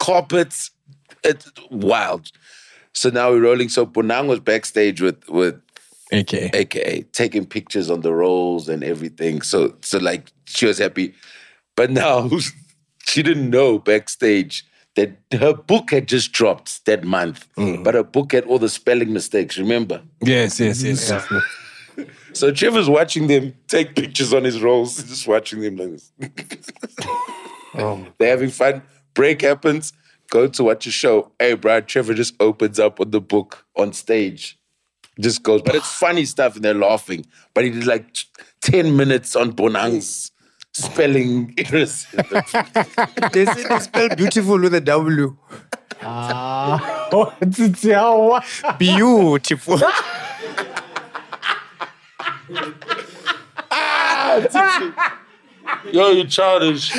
Speaker 1: carpets, it's wild. So now we're rolling. So Bonang was backstage with with
Speaker 11: AKA
Speaker 1: AKA taking pictures on the rolls and everything. So so like she was happy, but now she didn't know backstage that her book had just dropped that month, but her book had all the spelling mistakes. Remember?
Speaker 11: Yes, yes, yes. yes.
Speaker 1: So Trevor's watching them take pictures on his rolls, just watching them like this. They're having fun. Break happens. Go to watch a show. Hey, bro, Trevor just opens up on the book on stage. Just goes, but it's funny stuff and they're laughing. But he did like t- 10 minutes on Bonang's spelling. errors.
Speaker 6: they said they spell beautiful with a W. Beautiful.
Speaker 1: Yo, you childish.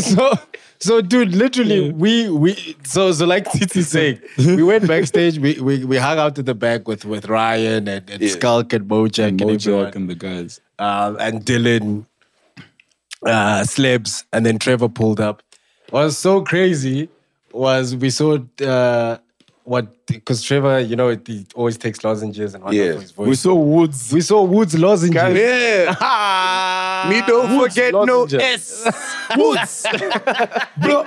Speaker 11: so so dude literally we we so so like Titi's saying we went backstage we, we we hung out at the back with with Ryan and, and Skulk and Bojack and, everyone.
Speaker 4: and the guys
Speaker 11: um, and Dylan uh Slebs and then Trevor pulled up what was so crazy was we saw uh what because Trevor you know he always takes lozenges and whatnot for his voice
Speaker 4: We saw Woods.
Speaker 11: We saw Woods lozenges.
Speaker 6: Yeah. Me don't forget no
Speaker 4: lozenges.
Speaker 6: S. Woods.
Speaker 1: Bro,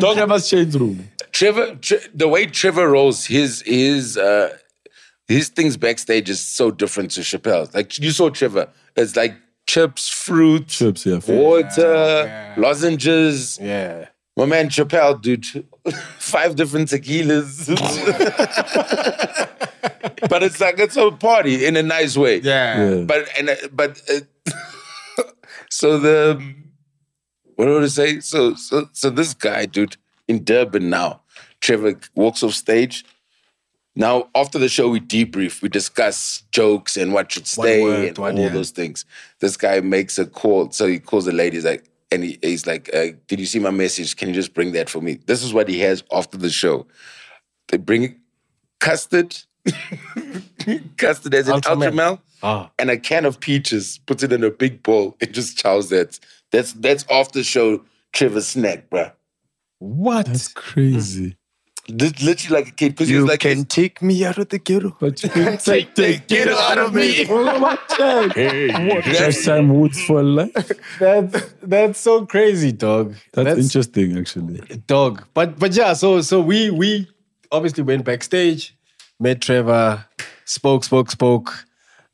Speaker 4: Don't have us change room.
Speaker 1: Trevor, tre- the way Trevor rolls, his his uh, his things backstage is so different to Chappelle's. Like you saw Trevor, it's like chips, fruit,
Speaker 4: chips, yeah,
Speaker 1: water, lozenges.
Speaker 11: Yeah,
Speaker 1: my man Chappelle, dude, five different tequilas. but it's like it's a party in a nice way.
Speaker 11: Yeah. Yeah.
Speaker 1: But and uh, but uh, so the what do I wanna say? So so so this guy, dude, in Durban now, Trevor walks off stage. Now after the show, we debrief, we discuss jokes and what should
Speaker 11: What
Speaker 1: stay
Speaker 11: worked,
Speaker 1: and
Speaker 11: what-
Speaker 1: all
Speaker 11: yeah.
Speaker 1: those things. This guy makes a call, so he calls the lady. He's like, and he, he's like, uh, "Did you see my message? Can you just bring that for me?" This is what he has after the show. They bring custard, custard as in Ultramel,
Speaker 6: Ah.
Speaker 1: and a can of peaches. Puts it in a big bowl and just chows that. That's that's after show Trevor snack, bruh.
Speaker 11: What? That's
Speaker 4: crazy.
Speaker 1: Lit- Literally like a kid, because
Speaker 6: You
Speaker 1: he's like,
Speaker 6: can take me out of the ghetto.
Speaker 4: But you can
Speaker 6: take the ghetto out of me.
Speaker 4: First time Woods for life.
Speaker 11: that's that's so crazy, dog.
Speaker 4: That's, interesting, actually.
Speaker 11: dog. But but yeah, so so we we obviously went backstage, met Trevor, spoke, spoke, spoke.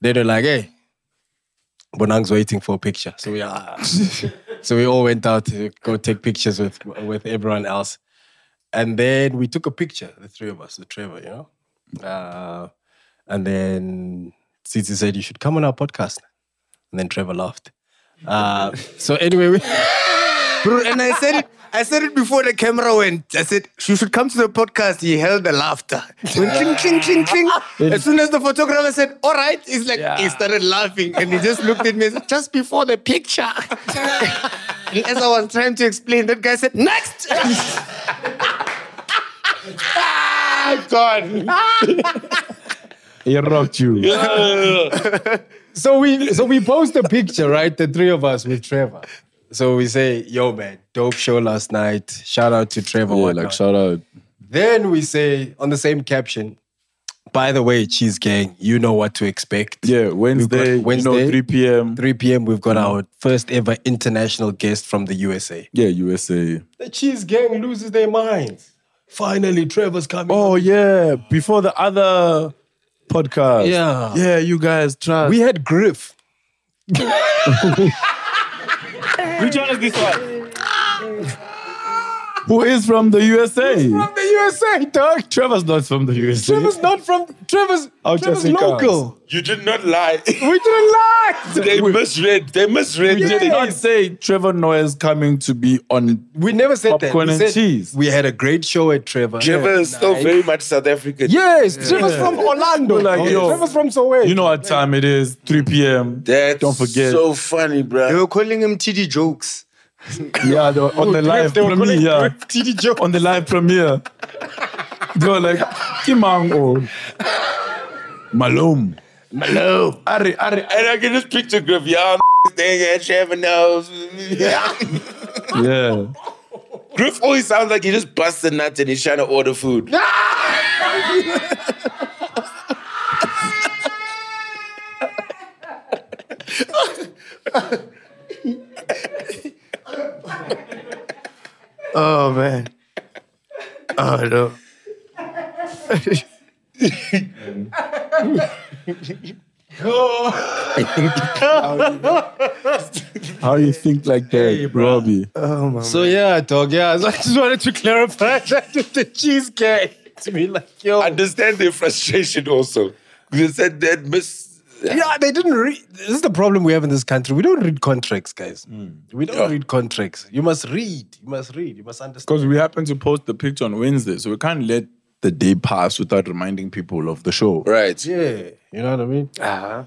Speaker 11: Then they're like, hey, Bonang's waiting for a picture. So we are, so we all went out to go take pictures with with everyone else, and then we took a picture, the three of us, with Trevor, you know, uh, and then Tsitsi said you should come on our podcast, and then Trevor laughed. Uh, so anyway, we.
Speaker 6: Bro, and I said it. I said it before the camera went. I said she should come to the podcast. He held the laughter. It Went cling, cling, cling, cling. As soon as the photographer said, "All right," he's like, he started laughing, and he just looked at me. and said, Just before the picture, and as I was trying to explain, that guy said, "Next."
Speaker 16: God.
Speaker 11: He rocked you. so we so we post a picture, right? The three of us with Trevor. So we say, yo man, dope show last night. Shout out to Trevor. Yeah, like shout out. Then we say on the same caption, by the way, Cheese Gang, you know what to expect. Yeah,
Speaker 4: Wednesday, you know, 3
Speaker 11: p.m. 3 p.m. We've got our first ever international guest from the USA.
Speaker 4: Yeah, USA.
Speaker 11: The Cheese Gang loses their minds. Finally, Trevor's coming.
Speaker 4: Oh yeah, before the other podcast.
Speaker 11: Yeah.
Speaker 4: yeah, you guys tried.
Speaker 11: We had Griff.
Speaker 7: Which one is this one?
Speaker 4: Who is from the USA?
Speaker 11: from the USA, dog.
Speaker 4: Trevor's not from the USA.
Speaker 11: Trevor's not from Trevor's.
Speaker 4: Out
Speaker 11: Trevor's
Speaker 4: Jessica.
Speaker 11: local.
Speaker 1: You did not lie.
Speaker 11: We didn't lie.
Speaker 1: they misread. They misread.
Speaker 4: We did not
Speaker 1: Yes.
Speaker 4: say Trevor Noah is coming to be on.
Speaker 11: We never said that.
Speaker 4: popcorn
Speaker 11: We
Speaker 4: and
Speaker 11: said
Speaker 4: cheese.
Speaker 11: We had a great show at Trevor.
Speaker 1: Trevor is still very much South African.
Speaker 11: Yes,
Speaker 1: Yeah.
Speaker 11: Trevor's from Orlando.
Speaker 4: We're like, yo,
Speaker 11: Trevor's from Soweto.
Speaker 4: You know what time it is? 3 p.m.
Speaker 1: That's
Speaker 4: Don't forget.
Speaker 1: so funny, bro.
Speaker 6: They were calling him TD jokes.
Speaker 4: yeah, they were on the live premiere. yeah. On the live premiere. They were like, Kimang or Malome.
Speaker 1: Hello.
Speaker 4: Arre, arre.
Speaker 1: And I can just picture Griff, y'all thing at Trevor knows.
Speaker 4: Yeah.
Speaker 1: Griff always sounds like he just busted nuts and he's trying to order food.
Speaker 6: Oh man. Oh no.
Speaker 4: How you think like that, Robbie?
Speaker 6: Oh my
Speaker 11: So yeah, dog. Yeah, so I just wanted to clarify that with the cheesecake. To me, like yo,
Speaker 1: Understand their frustration also. They said that miss.
Speaker 11: yeah, they didn't read. This is the problem we have in this country. We don't read contracts, guys. We don't read contracts. You must read. You must read. You must understand.
Speaker 4: Because we happen to post the picture on Wednesday, so we can't let the day pass without reminding people of the show.
Speaker 1: Right.
Speaker 11: Yeah, you know what I mean. Uh-huh.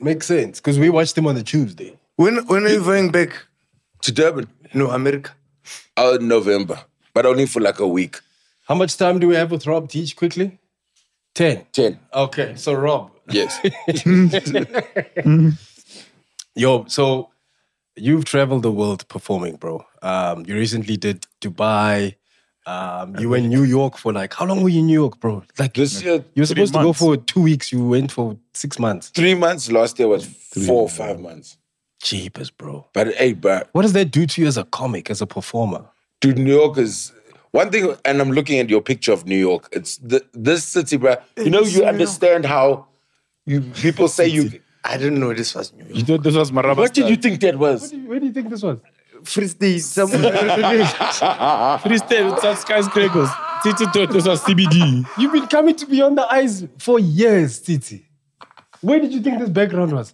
Speaker 11: Makes sense because we watched them on the Tuesday.
Speaker 6: When when are you going back?
Speaker 1: To Durban?
Speaker 6: No, America.
Speaker 1: Out in November, but only for like a week.
Speaker 11: How much time do we have with Rob? Teach quickly. Ten.
Speaker 1: Ten.
Speaker 11: Okay, so Rob.
Speaker 1: Yes.
Speaker 11: Yo, so you've traveled the world performing, bro. Um, you recently did Dubai. Um, you were in New York for like how long were you in New York, bro? Like
Speaker 1: This year,
Speaker 11: you
Speaker 1: three
Speaker 11: were supposed to go
Speaker 1: months.
Speaker 11: for two weeks. You went for six months.
Speaker 1: Three months last year was four or five months.
Speaker 11: Jeepers, bro.
Speaker 1: But hey, but
Speaker 11: What does that do to you as a comic, as a performer?
Speaker 1: dude, New York is one thing. And I'm looking at your picture of New York. It's the, this city, bro. You know, you understand how you people say you.
Speaker 6: I didn't know this was New York.
Speaker 4: You thought this was Maraba.
Speaker 1: What did you think that was?
Speaker 11: Where do you think this was?
Speaker 6: Free stay somewhere.
Speaker 4: Free state with some skyscrapers. Titi thought this was CBD.
Speaker 11: You've been coming to be on the eyes for years, Titi. Where did you think this background was?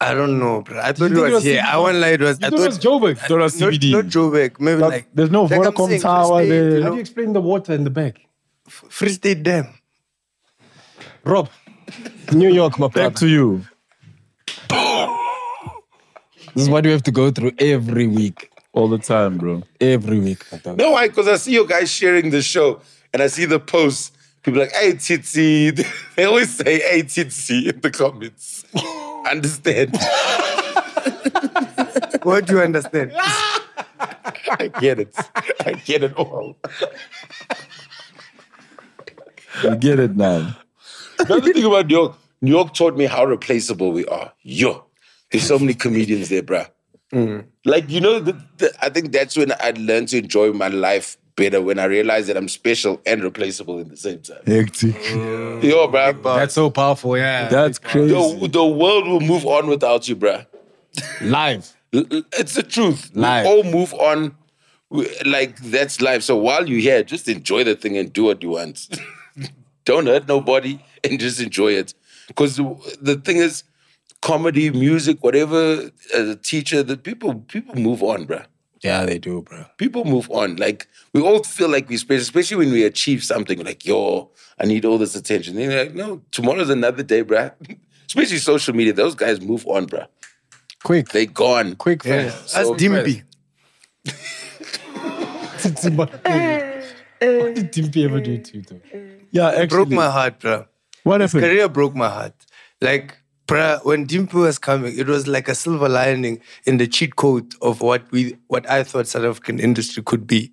Speaker 6: I don't know, bro. I thought
Speaker 11: think
Speaker 6: it
Speaker 11: it
Speaker 6: was,
Speaker 11: was
Speaker 6: here.
Speaker 11: CBD?
Speaker 6: I won't lie, it was.
Speaker 11: You
Speaker 6: I
Speaker 11: thought it was Joburg.
Speaker 4: Thought it was
Speaker 6: not,
Speaker 4: CBD.
Speaker 6: Not Joburg. Maybe
Speaker 4: That-
Speaker 6: like
Speaker 4: there's no
Speaker 6: like I'm
Speaker 4: Vodacom
Speaker 6: saying,
Speaker 4: tower
Speaker 6: Free
Speaker 4: there.
Speaker 6: State, you
Speaker 11: How
Speaker 6: know,
Speaker 11: do you explain the water in the back?
Speaker 6: Free State Dam.
Speaker 11: Rob, New York, my brother.
Speaker 4: Back to you.
Speaker 11: This is what we have to go through every week.
Speaker 4: All the time, bro.
Speaker 11: Every week. my dog.
Speaker 1: No, why? Because I see you guys sharing the show and I see the posts. People like, hey, Titsy. They always say, hey, Titsy in the comments. Understand?
Speaker 6: What do you understand?
Speaker 1: I get it. I get it all.
Speaker 4: You get it now.
Speaker 1: Another thing about New York, New York taught me how replaceable we are. Yo, there's so many comedians there, bruh. Like, you know, the, the, I think that's when I learned to enjoy my life better when I realized that I'm special and replaceable in the same time.
Speaker 4: Hectic.
Speaker 1: Yo, bruh.
Speaker 11: That's so powerful, yeah.
Speaker 4: That's crazy.
Speaker 1: The, the world will move on without you, bruh.
Speaker 11: Live.
Speaker 1: It's the truth.
Speaker 11: Live.
Speaker 1: We all move on. We- Like, that's life. So while you're here, just enjoy the thing and do what you want. Don't hurt nobody and just enjoy it. Because the, the thing is, comedy, music, whatever, as a teacher, the people people move on, bruh.
Speaker 11: Yeah, they do, bro.
Speaker 1: People move on. Like we all feel like we special, especially when we achieve something. Like yo, I need all this attention. Then you're like, no, tomorrow's another day, bruh. especially social media. Those guys move on, bruh.
Speaker 11: Quick.
Speaker 1: They gone.
Speaker 11: Quick
Speaker 1: Yeah.
Speaker 11: fast.
Speaker 1: So
Speaker 6: That's Dimpy.
Speaker 11: what did Dimpy ever do to you, though?
Speaker 4: Yeah,
Speaker 6: it broke my heart, bro.
Speaker 4: What
Speaker 6: His career broke my heart. Like, bro, when Dimpu was coming, it was like a silver lining in the cheat code of what we, what I thought South African industry could be.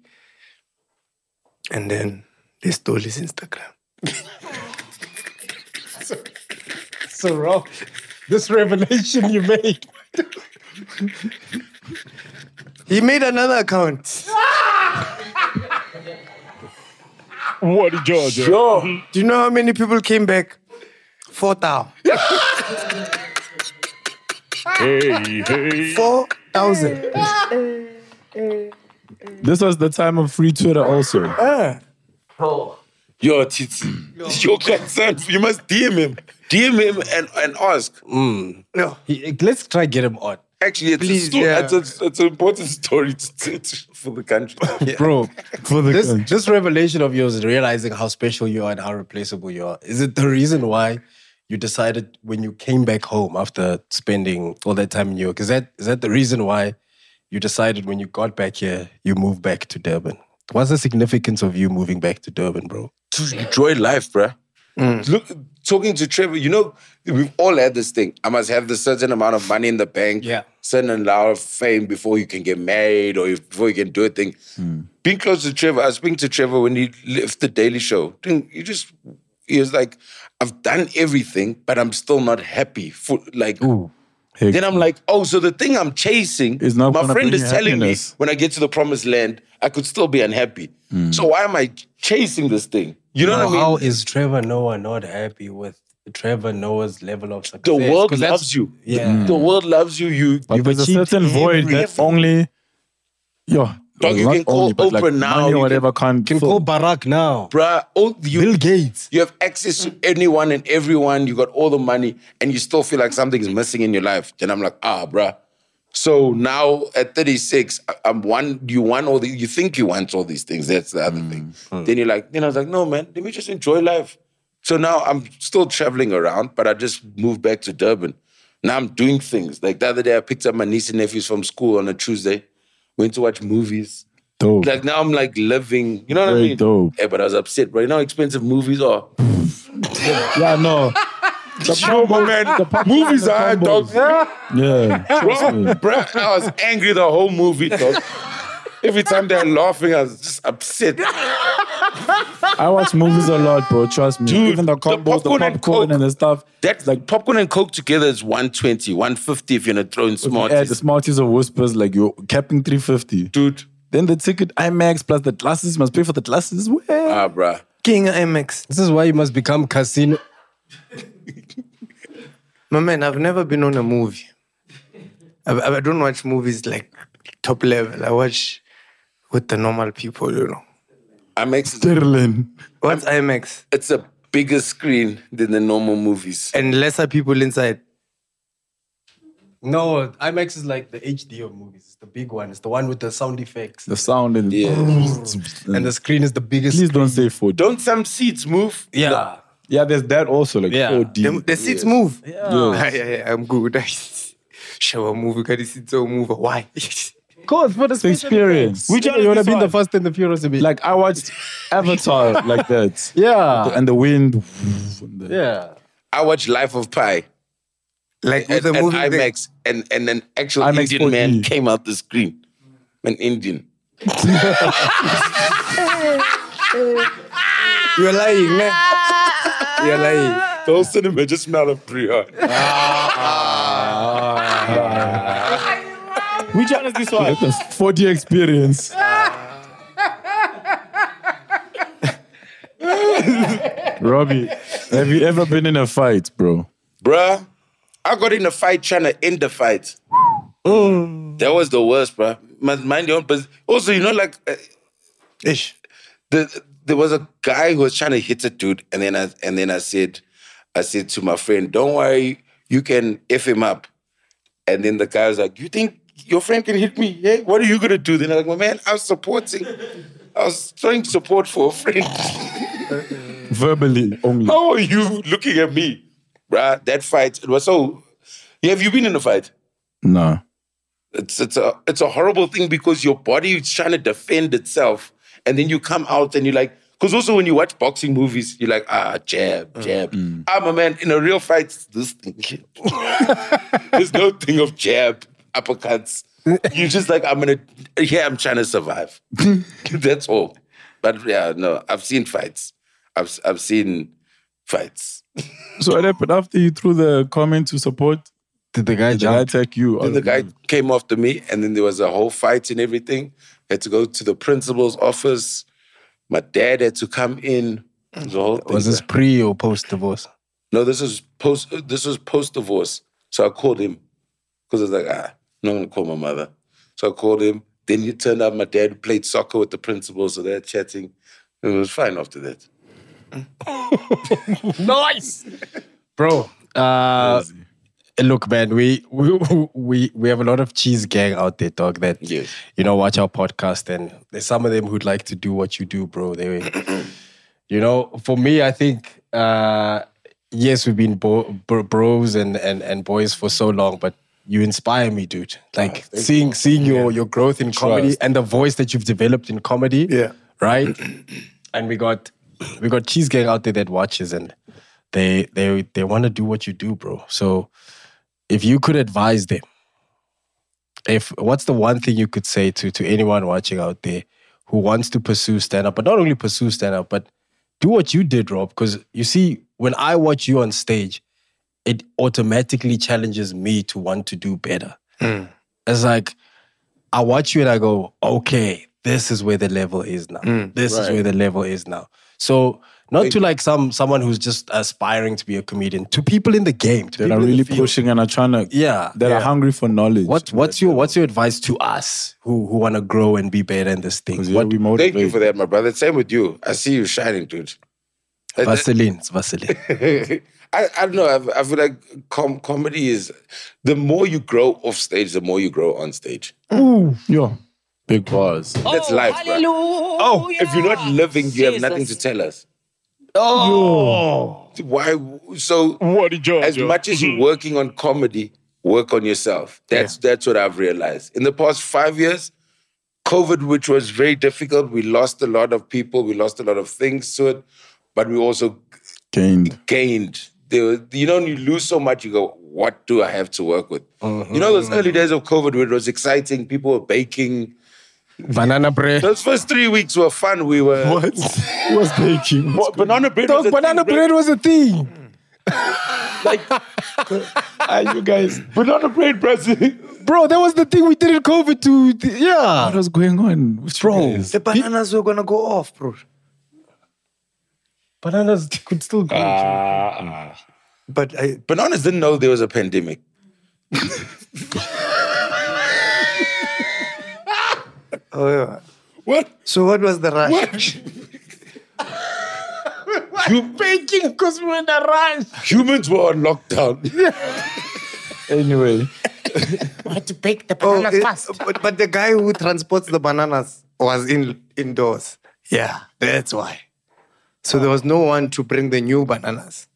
Speaker 6: And then they stole his Instagram.
Speaker 11: So wrong. This revelation you made.
Speaker 6: He made another account.
Speaker 11: What did you do?
Speaker 6: Do you know how many people came back? Four thousand.
Speaker 4: Hey, hey.
Speaker 6: Four thousand.
Speaker 4: This was the time of free Twitter, also.
Speaker 1: Yo, tits. Your concern. You must DM him. DM him and, and ask.
Speaker 6: No.
Speaker 11: He- let's try get him on.
Speaker 1: Actually, it's,
Speaker 6: Please,
Speaker 1: a sto-
Speaker 6: yeah.
Speaker 1: it's, a, it's an important story to, to- to- for the country.
Speaker 4: Bro, for the
Speaker 11: This, this revelation of yours, realizing how special you are and how replaceable you are, is it the reason why you decided when you came back home after spending all that time in New York? Is that is that the reason why you decided when you got back here, you moved back to Durban? What's the significance of you moving back to Durban, bro?
Speaker 1: to enjoy life, bruh.
Speaker 4: Mm.
Speaker 1: Look, talking to Trevor, you know, we've all had this thing. I must have the certain amount of money in the bank,
Speaker 11: Yeah.
Speaker 1: certain amount of fame before you can get married or if- before you can do a thing.
Speaker 4: Mm.
Speaker 1: Being close to Trevor, I was speaking to Trevor when he left the Daily Show. Dude, You just, he was like, I've done everything, but I'm still not happy. For, like,
Speaker 4: Hey,
Speaker 1: then I'm like, oh, so the thing I'm chasing,
Speaker 4: Is not
Speaker 1: my
Speaker 4: gonna
Speaker 1: friend
Speaker 4: bring
Speaker 1: is
Speaker 4: you
Speaker 1: telling
Speaker 4: happiness. Mm.
Speaker 1: me when I get to the promised land, I could still be unhappy. So why am I chasing this thing? You know
Speaker 11: Now,
Speaker 1: what I mean?
Speaker 11: How is Trevor Noah not happy with Trevor Noah's level of success?
Speaker 1: the world
Speaker 11: 'Cause that's-
Speaker 1: loves you.
Speaker 11: Yeah.
Speaker 1: The world loves you. You,
Speaker 4: But there's a
Speaker 11: achieved
Speaker 4: certain void that only, yo,
Speaker 1: Dog, you
Speaker 4: not
Speaker 1: can call
Speaker 4: only, but like
Speaker 1: Oprah now,
Speaker 4: money
Speaker 1: you
Speaker 4: or
Speaker 1: can-
Speaker 4: whatever can't
Speaker 11: Can
Speaker 4: fill.
Speaker 11: call Barack now.
Speaker 1: bruh, all, you,
Speaker 11: Bill Gates.
Speaker 1: you have access to anyone and everyone. You got all the money, and you still feel like something's missing in your life. Then I'm like, ah, bruh. So now at 36, I- I'm one. You want all the. You think you want all these things. That's the other
Speaker 11: Mm,
Speaker 1: thing. Then you're like, then I was like, no, man. Let me just enjoy life. So now I'm still traveling around, but I just moved back to Durban. Now I'm doing things. Like the other day, I picked up my niece and nephews from school on a Tuesday. Went to watch movies.
Speaker 4: Dope.
Speaker 1: Like now I'm like living, you know what
Speaker 4: Very
Speaker 1: I mean?
Speaker 4: dope.
Speaker 1: Yeah, but I was upset, bro. You know how expensive movies are.
Speaker 4: yeah, no. The
Speaker 1: Yo, man, movies are high, dog. Bro,
Speaker 4: Yeah. trust me.
Speaker 1: bro, I was angry the whole movie, dog. Every time they're laughing, I was just upset.
Speaker 4: I watch movies a lot, bro. Trust me.
Speaker 1: Dude,
Speaker 4: Even the
Speaker 1: the
Speaker 4: combos, the popcorn,
Speaker 1: popcorn and
Speaker 4: and,
Speaker 1: Coke.
Speaker 4: the stuff.
Speaker 1: That's like popcorn and coke together is 120, 150 if you're not throwing smart.
Speaker 4: Yeah, the smarties or whispers, like you're capping 350.
Speaker 1: Dude.
Speaker 4: Then the ticket IMAX plus the glasses, must pay for the glasses. Well,
Speaker 1: Ah, bro.
Speaker 6: King MX.
Speaker 11: This is why you must become casino.
Speaker 6: My man, I've never been on a movie. I, I I don't watch movies like top level. I watch with the normal people, you know.
Speaker 1: IMAX is
Speaker 4: Sterling.
Speaker 6: What's IMAX?
Speaker 1: it's a bigger screen than the normal movies.
Speaker 6: And lesser people inside.
Speaker 11: No, IMAX is like the HD of movies. It's the big one. It's the one with the sound effects.
Speaker 4: The sound and
Speaker 1: Yeah.
Speaker 11: And the screen is the biggest.
Speaker 4: please don't say 4D.
Speaker 1: Don't some seats move?
Speaker 11: Yeah.
Speaker 4: Yeah, there's that also, like
Speaker 11: Yeah.
Speaker 4: 4D.
Speaker 6: The, the seats move.
Speaker 4: Yeah.
Speaker 6: Ah, yeah, yeah, I'm good. Shower move, got the seats all move. Why?
Speaker 11: Of course, for the
Speaker 4: It's experience.
Speaker 11: Which
Speaker 17: one
Speaker 11: you
Speaker 17: is
Speaker 11: want to
Speaker 17: this
Speaker 11: be in the
Speaker 17: one?
Speaker 11: Fast and the Furious a bit?
Speaker 4: Like I watched Avatar like that.
Speaker 11: yeah.
Speaker 4: And the wind.
Speaker 11: Yeah.
Speaker 1: I watch Life of Pi.
Speaker 6: like with
Speaker 1: at,
Speaker 6: the
Speaker 1: at
Speaker 6: movie. thing.
Speaker 1: IMAX, and, and an actual
Speaker 4: IMAX
Speaker 1: Indian man
Speaker 4: 4D.
Speaker 1: came out the screen. An Indian.
Speaker 6: You're lying, man. You're lying.
Speaker 1: The whole cinema just smelled of pre-art.
Speaker 17: Which one is this one?
Speaker 4: Like the 4D experience. Robbie, have you ever been in a fight, bro?
Speaker 1: Bruh, I got in a fight trying to end the fight. That was the worst, bruh. Mind mind your own business. Also, you know, like, uh,
Speaker 6: ish.
Speaker 1: The, there was a guy who was trying to hit a dude, and then I and then I said, I said to my friend, "Don't worry, you can f him up." And then the guy was like, "You think your friend can hit me? Yeah, what are you gonna do?" Then I'm like, "My man, I was supporting. I was trying support for a friend."
Speaker 4: Verbally only.
Speaker 1: How are you looking at me? Bruh, that fight, it was so. Yeah, have you been in a fight?
Speaker 4: Nah.
Speaker 1: It's, it's, a, it's a horrible thing because your body is trying to defend itself. And then you come out and you're like, because also when you watch boxing movies, you're like, ah, jab, jab. I'm a man. In a real fight, it's this thing. There's no thing of jab, uppercuts. You're just like, I'm going to, yeah, I'm trying to survive. That's all. But yeah, no, I've seen fights. I've, I've seen fights.
Speaker 4: So what happened after you threw the comment to support? Did the guy jump? attack you?
Speaker 1: Then the guy came after me, and then there was a whole fight and everything. had to go to the principal's office. My dad had to come in. It Was, a whole thing.
Speaker 11: Mm. Was this pre or post divorce?
Speaker 1: No, this is post. This was post divorce. So I called him because I was like, ah, I'm not gonna call my mother. So I called him. Then it turned out my dad played soccer with the principal, so they're chatting. It was fine after that.
Speaker 11: nice, bro. Uh, look, man, we, we we we have a lot of cheese gang out there, dog. That you know, watch our podcast, and there's some of them who'd like to do what you do, bro. They, you know, for me, I think uh, yes, we've been bo- bro- bros and, and and boys for so long, but you inspire me, dude. Like seeing seeing your your growth in comedy and the voice that you've developed in comedy. Yeah, right. and we got we got cheese gang out there that watches and they they they want to do what you do, bro. So if you could advise them, if what's the one thing you could say to to anyone watching out there who wants to pursue stand up, but not only pursue stand up, but do what you did, Rob. Because you see, when I watch you on stage, it automatically challenges me to want to do better.
Speaker 4: Hmm.
Speaker 11: It's like I watch you and I go, okay, this is where the level is now.
Speaker 4: Hmm.
Speaker 18: Mm,
Speaker 11: this is
Speaker 18: right.
Speaker 11: where the level is now. So not to like some someone who's just aspiring to be a comedian, to people in the game, to
Speaker 4: That
Speaker 11: people
Speaker 4: are
Speaker 11: in the
Speaker 4: really
Speaker 11: field.
Speaker 4: pushing and are trying to.
Speaker 11: Yeah,
Speaker 4: That are
Speaker 11: yeah.
Speaker 4: hungry for knowledge.
Speaker 11: What what's your what's your advice to us who who want to grow and be better in this thing? What we
Speaker 1: Thank you for that, my brother. Same with you. I see you shining, dude. That- that-
Speaker 11: Vaseline, it's Vaseline.
Speaker 1: I, I don't know. I, I feel like com- comedy is the more you grow off stage, the more you grow on stage.
Speaker 4: Ooh, yeah. Big bars.
Speaker 1: That's life, bro. Oh, if you're not living, you have nothing to tell us.
Speaker 4: Oh,
Speaker 1: why? So,
Speaker 4: what did Mm-hmm. you?
Speaker 1: As much as you're working on comedy, work on yourself. That's that's what I've realized in the past five years. COVID, which was very difficult, we lost a lot of people, we lost a lot of things to it, but we also
Speaker 4: Gained.
Speaker 1: gained. There were- you know, when you lose so much, you go, what do I have to work with? You know,
Speaker 11: Mm-hmm.
Speaker 1: those early days of COVID where it was exciting, people were baking.
Speaker 11: Banana bread.
Speaker 1: Those first three weeks were fun. We were. What?
Speaker 11: was baking?
Speaker 1: banana bread was
Speaker 11: Dog,
Speaker 1: a
Speaker 11: banana
Speaker 1: thing,
Speaker 11: bread was a thing.
Speaker 1: Ah, you guys. Banana bread, Brazil.
Speaker 11: Bro, that was the thing we did in COVID to th- yeah. What
Speaker 4: was going on?
Speaker 11: bro,
Speaker 6: The bananas were gonna go off, bro.
Speaker 11: Bananas could still go.
Speaker 6: Ah, But I,
Speaker 1: Bananas didn't know there was a pandemic.
Speaker 6: oh, yeah.
Speaker 1: What?
Speaker 6: So what was the rush?
Speaker 1: You
Speaker 11: baking because we were in a rush.
Speaker 1: Humans were on lockdown.
Speaker 4: anyway,
Speaker 6: had to bake the bananas fast. Oh, But, but the guy who transports the bananas was in indoors. Yeah, that's why. So there was no one to bring the new bananas.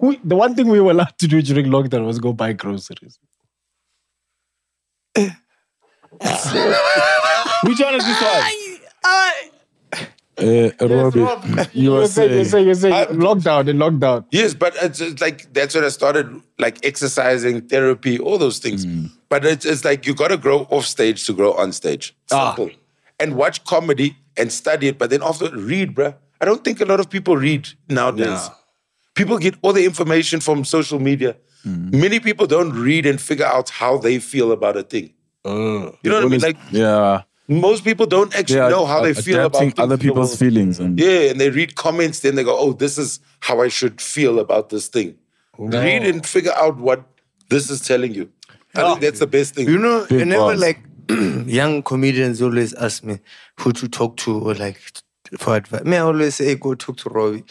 Speaker 11: We, the one thing we were allowed to do during lockdown was go buy groceries.
Speaker 4: Which one is this one? Uh, Robbie, you
Speaker 11: You're
Speaker 4: were
Speaker 11: saying,
Speaker 4: saying.
Speaker 11: you're saying, you're saying lockdown and lockdown.
Speaker 1: Yes, but it's, it's like that's when I started like exercising, therapy, all those things. But it's, it's like you got to grow off stage to grow on stage. Simple. And watch comedy and study it, but then also read, bruh. I don't think a lot of people read nowadays. People get all the information from social media. Many people don't read and figure out how they feel about a thing. You know what I mean? Like
Speaker 4: yeah.
Speaker 1: most people don't actually
Speaker 4: Yeah,
Speaker 1: know how
Speaker 4: a-
Speaker 1: they feel about
Speaker 4: adapting
Speaker 1: things
Speaker 4: other
Speaker 1: in the
Speaker 4: people's
Speaker 1: world.
Speaker 4: feelings and-
Speaker 1: yeah, and they read comments, then they go, "Oh, this is how I should feel about this thing." Read and figure out what this is telling you. I think that's the best thing.
Speaker 6: You know,
Speaker 1: Big
Speaker 6: whenever
Speaker 1: boss.
Speaker 6: like young comedians always ask me who to talk to or like for advice. Me, I always say go talk to Robbie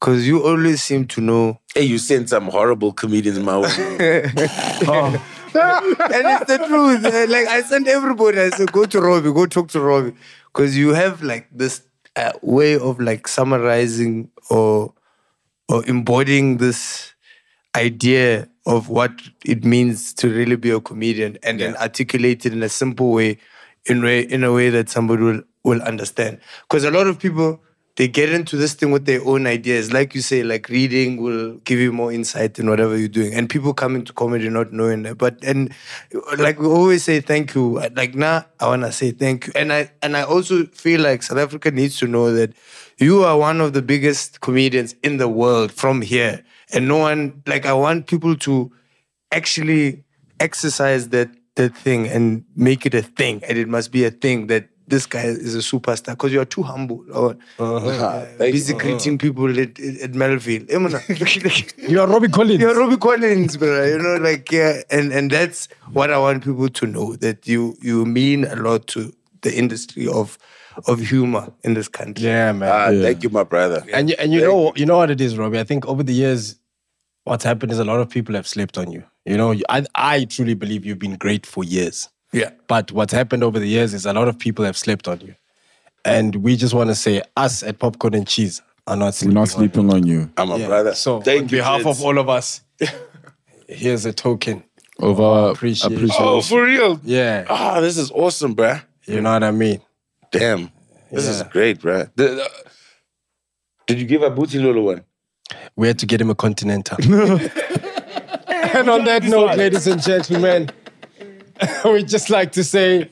Speaker 6: because you always seem to know.
Speaker 1: Hey, you send some horrible comedians my way.
Speaker 6: and it's the truth. eh, Like I sent everybody. I said, go to Robbie, go talk to Robbie, because you have like this uh, way of like summarizing or or embodying this idea of what it means to really be a comedian, and then articulate it in a simple way, in way in a way that somebody will will understand. Because a lot of people. They get into this thing with their own ideas. Like you say, like reading will give you more insight in whatever you're doing. And people come into comedy not knowing that. But and like we always say thank you like now i want to say thank you and i and i also feel like south africa needs to know that you are one of the biggest comedians in the world from here and no one like i want people to actually exercise that that thing and make it a thing and it must be a thing that this guy is a superstar because you are too humble. Or,
Speaker 11: Uh-huh.
Speaker 1: Ah,
Speaker 6: uh, busy greeting people at, at, at Melville. you
Speaker 19: are Robbie Collins.
Speaker 6: You are Robbie Collins, bro. You know, like yeah, and and that's what I want people to know that you you mean a lot to the industry of of humor in this country.
Speaker 11: Yeah, man.
Speaker 1: Ah, Thank you, my brother.
Speaker 11: And you, and you know you know what it is, Robbie. I think over the years, what's happened is a lot of people have slept on you. You know, you- I I truly believe you've been great for years.
Speaker 6: Yeah.
Speaker 11: But what's happened over the years is a lot of people have slept on you, and we just want to say us at Popcorn and Cheese are not
Speaker 4: We're
Speaker 11: sleeping.
Speaker 4: not sleeping on you.
Speaker 1: I'm a brother.
Speaker 11: So on behalf of all of us, here's a token.
Speaker 4: Of our
Speaker 11: Appreciate.
Speaker 4: appreciation.
Speaker 1: Oh, for real?
Speaker 11: Yeah.
Speaker 1: Ah, this is awesome, bruh.
Speaker 11: You know what I mean?
Speaker 1: Damn. This is
Speaker 11: Yeah.
Speaker 1: great, bruh. The- the- did you give a booty Lolo one?
Speaker 11: We had to get him a continental. and on that note, ladies and gentlemen, we'd just like to say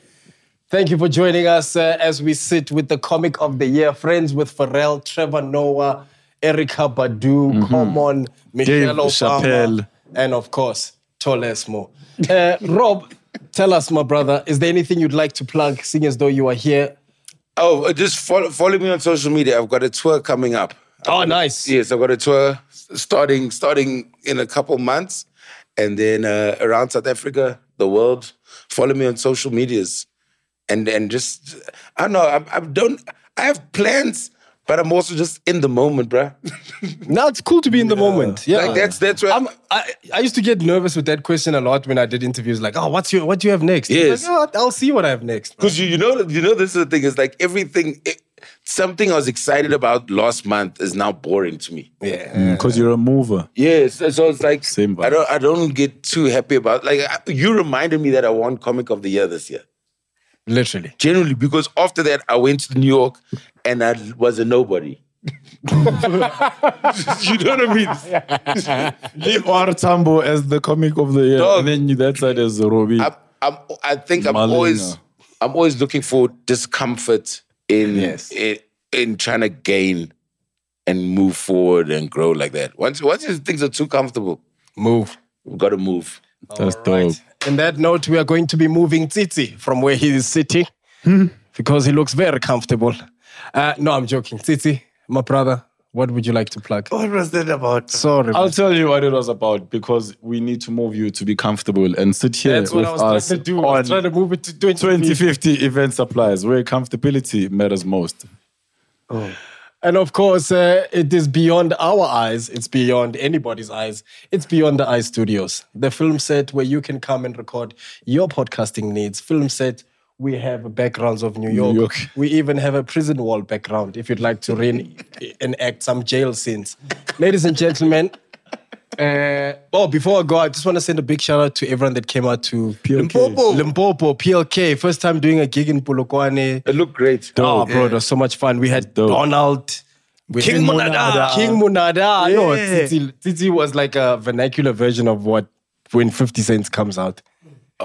Speaker 11: thank you for joining us uh, as we sit with the comic of the year, friends with Pharrell, Trevor Noah, Erica Badu, Common, Michelle Obama,
Speaker 4: Chappelle.
Speaker 11: and of course, Tolesmo. Uh, Rob, tell us, my brother, is there anything you'd like to plug, seeing as though you are here?
Speaker 1: Oh, uh, just follow, follow me on social media. I've got a tour coming up.
Speaker 11: Oh, nice.
Speaker 1: Yes, I've got a tour starting starting in a couple months, and then uh, around South Africa, the world. Follow me on social medias, and and just I don't know. I, I don't. I have plans, but I'm also just in the moment, bruh.
Speaker 11: No, it's cool to be in the moment. Yeah,
Speaker 1: Like, that's- that's where-
Speaker 11: I'm, I I used to get nervous with that question a lot when I did interviews. Like, oh, what's your what do you have next?
Speaker 1: Yes.
Speaker 11: It's like, "Oh, I'll see what I have next.
Speaker 1: Because you, you know you know this is the thing. It's like everything. It, something I was excited about last month is now boring to me.
Speaker 11: Yeah.
Speaker 4: Because you're a mover.
Speaker 1: Yes, so- so it's like
Speaker 4: Same
Speaker 1: I don't I don't get too happy about like I- you reminded me that I won comic of the year this year.
Speaker 11: Literally.
Speaker 1: Generally, because after that I went to New York and I was a nobody. you know what I mean?
Speaker 4: Leave Tambo as the comic of the year.
Speaker 1: Dog.
Speaker 4: And then you, that side as Robbie.
Speaker 1: I'm, I'm, I think I'm
Speaker 4: Malena.
Speaker 1: always I'm always looking for discomfort in
Speaker 4: Yes.
Speaker 1: in, in trying to gain and move forward and grow like that. Once once these things are too comfortable,
Speaker 11: move.
Speaker 1: We've got to move.
Speaker 4: That's dope.
Speaker 11: In that note, we are going to be moving Tsitsi from where he is sitting Hmm? because he looks very comfortable. Uh, no, I'm joking. Tsitsi, my brother, what would you like to plug?
Speaker 6: What was that about?
Speaker 11: Sorry.
Speaker 4: I'll
Speaker 11: man.
Speaker 4: tell you what it was about because we need to move you to be comfortable and sit here
Speaker 11: That's what
Speaker 4: with
Speaker 11: I was
Speaker 4: us
Speaker 11: trying to do. I was
Speaker 4: on
Speaker 11: trying to move it to 2050.
Speaker 4: 2050 event supplies where comfortability matters most.
Speaker 11: And of course, uh, it is beyond our eyes. It's beyond anybody's eyes. It's beyond the Eye Studios, the film set where you can come and record your podcasting needs. Film set, we have backgrounds of New York.
Speaker 4: York.
Speaker 11: We even have a prison wall background if you'd like to reenact some jail scenes. Ladies and gentlemen, uh, oh, before I go, I just want to send a big shout out to everyone that came out to Limpopo. Limpopo, PLK. First time doing a gig in Polokwane.
Speaker 1: It looked great.
Speaker 11: Oh, bro, it was so much fun. We had Donald. we had
Speaker 6: King Munada.
Speaker 11: King Munada. No,
Speaker 6: Yeah.
Speaker 11: Tsitsi, Tsitsi was like a vernacular version of what when 50 Cent comes out.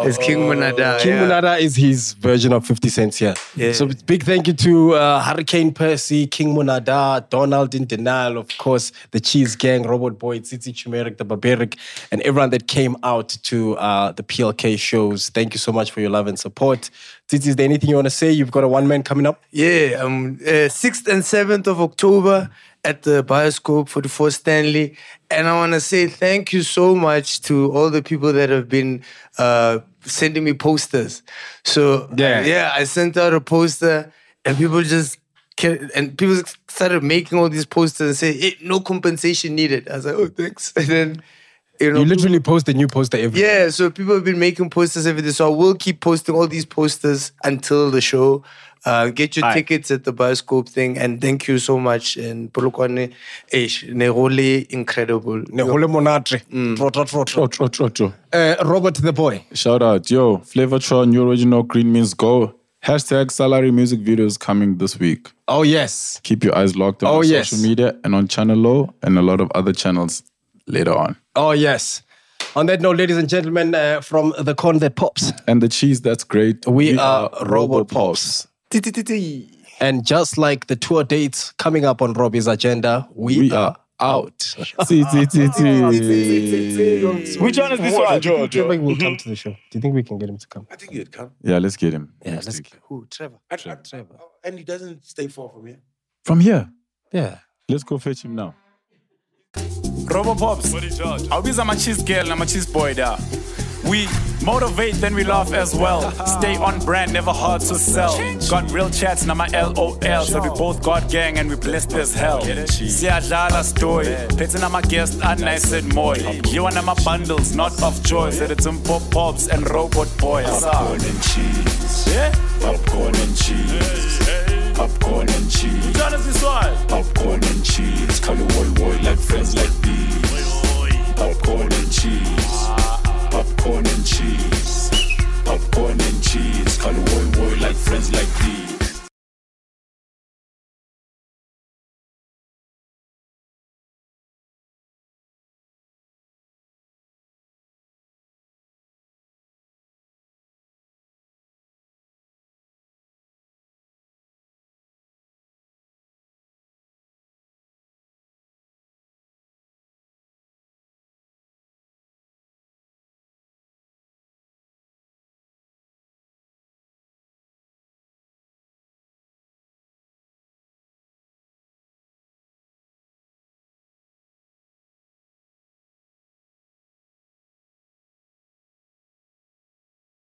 Speaker 6: It's King Munada.
Speaker 11: King
Speaker 6: Uh, yeah.
Speaker 11: Munada is his version of 50 Cent here.
Speaker 6: Yeah.
Speaker 11: So big thank you to uh, Hurricane Percy, King Munada, Donald in Denial, of course, the Cheese Gang, Robot Boy, Tsitsi Chumeric, the Barbaric, and everyone that came out to uh, the PLK shows. Thank you so much for your love and support. Titi, is there anything you want to say? You've got a one man coming up.
Speaker 6: Yeah, um, uh, 6th and 7th of October at the Bioscope 44 Stanley. And I want to say thank you so much to all the people that have been uh, sending me posters. So, yeah, yeah I sent out a poster and people just. ca- And people started making all these posters and say, "Eh, no compensation needed. I was like, oh, thanks. And then, you know,
Speaker 11: You literally post a new poster every
Speaker 6: yeah, so people have been making posters every day. So I will keep posting all these posters until the show. Uh, get your tickets at the Bioscope thing. And thank you so much. And Polokwane, eish, Nerole, incredible.
Speaker 11: Nerole Monatre. Trotro, trotro.
Speaker 4: Trotro, trotro.
Speaker 11: Uh, Robert the boy.
Speaker 4: Shout out, yo, Flavortron, new original, green means go. Hashtag salary music videos coming this week.
Speaker 11: Oh yes.
Speaker 4: Keep your eyes locked on
Speaker 11: Oh,
Speaker 4: our
Speaker 11: yes.
Speaker 4: social media and on Channel O and a lot of other channels later on.
Speaker 11: Oh yes. On that note, ladies and gentlemen, uh, from the corn that pops,
Speaker 4: And the cheese that's great.
Speaker 11: we, are, Robot Pops.
Speaker 6: Ti-ti-ti-ti.
Speaker 11: And just like the tour dates coming up on Robbie's agenda, we,
Speaker 4: We
Speaker 11: are out.
Speaker 4: Which
Speaker 11: one is
Speaker 4: this one, Joe, Joe?
Speaker 11: will come to the show. Do you think we can get him to come?
Speaker 1: I think he'd come. oh,
Speaker 4: Yeah, let's get him.
Speaker 11: Yeah, let's
Speaker 6: Who? Trevor.
Speaker 11: Trevor.
Speaker 1: And he doesn't stay far from here.
Speaker 4: From here.
Speaker 11: Yeah.
Speaker 4: Let's go fetch him now.
Speaker 7: Robopops, awubiza machis girl namachis boy da. We motivate, then we laugh as well. Stay on brand, never hard to sell. Got real chats, now my LOL. So we both got gang and we blessed as hell. Siyadlala story, phethe nama guest anice and moy. Dliwa nama bundles, not of choice. That it's in pop pops and robot boy. Popcorn and cheese. Popcorn and cheese. Popcorn and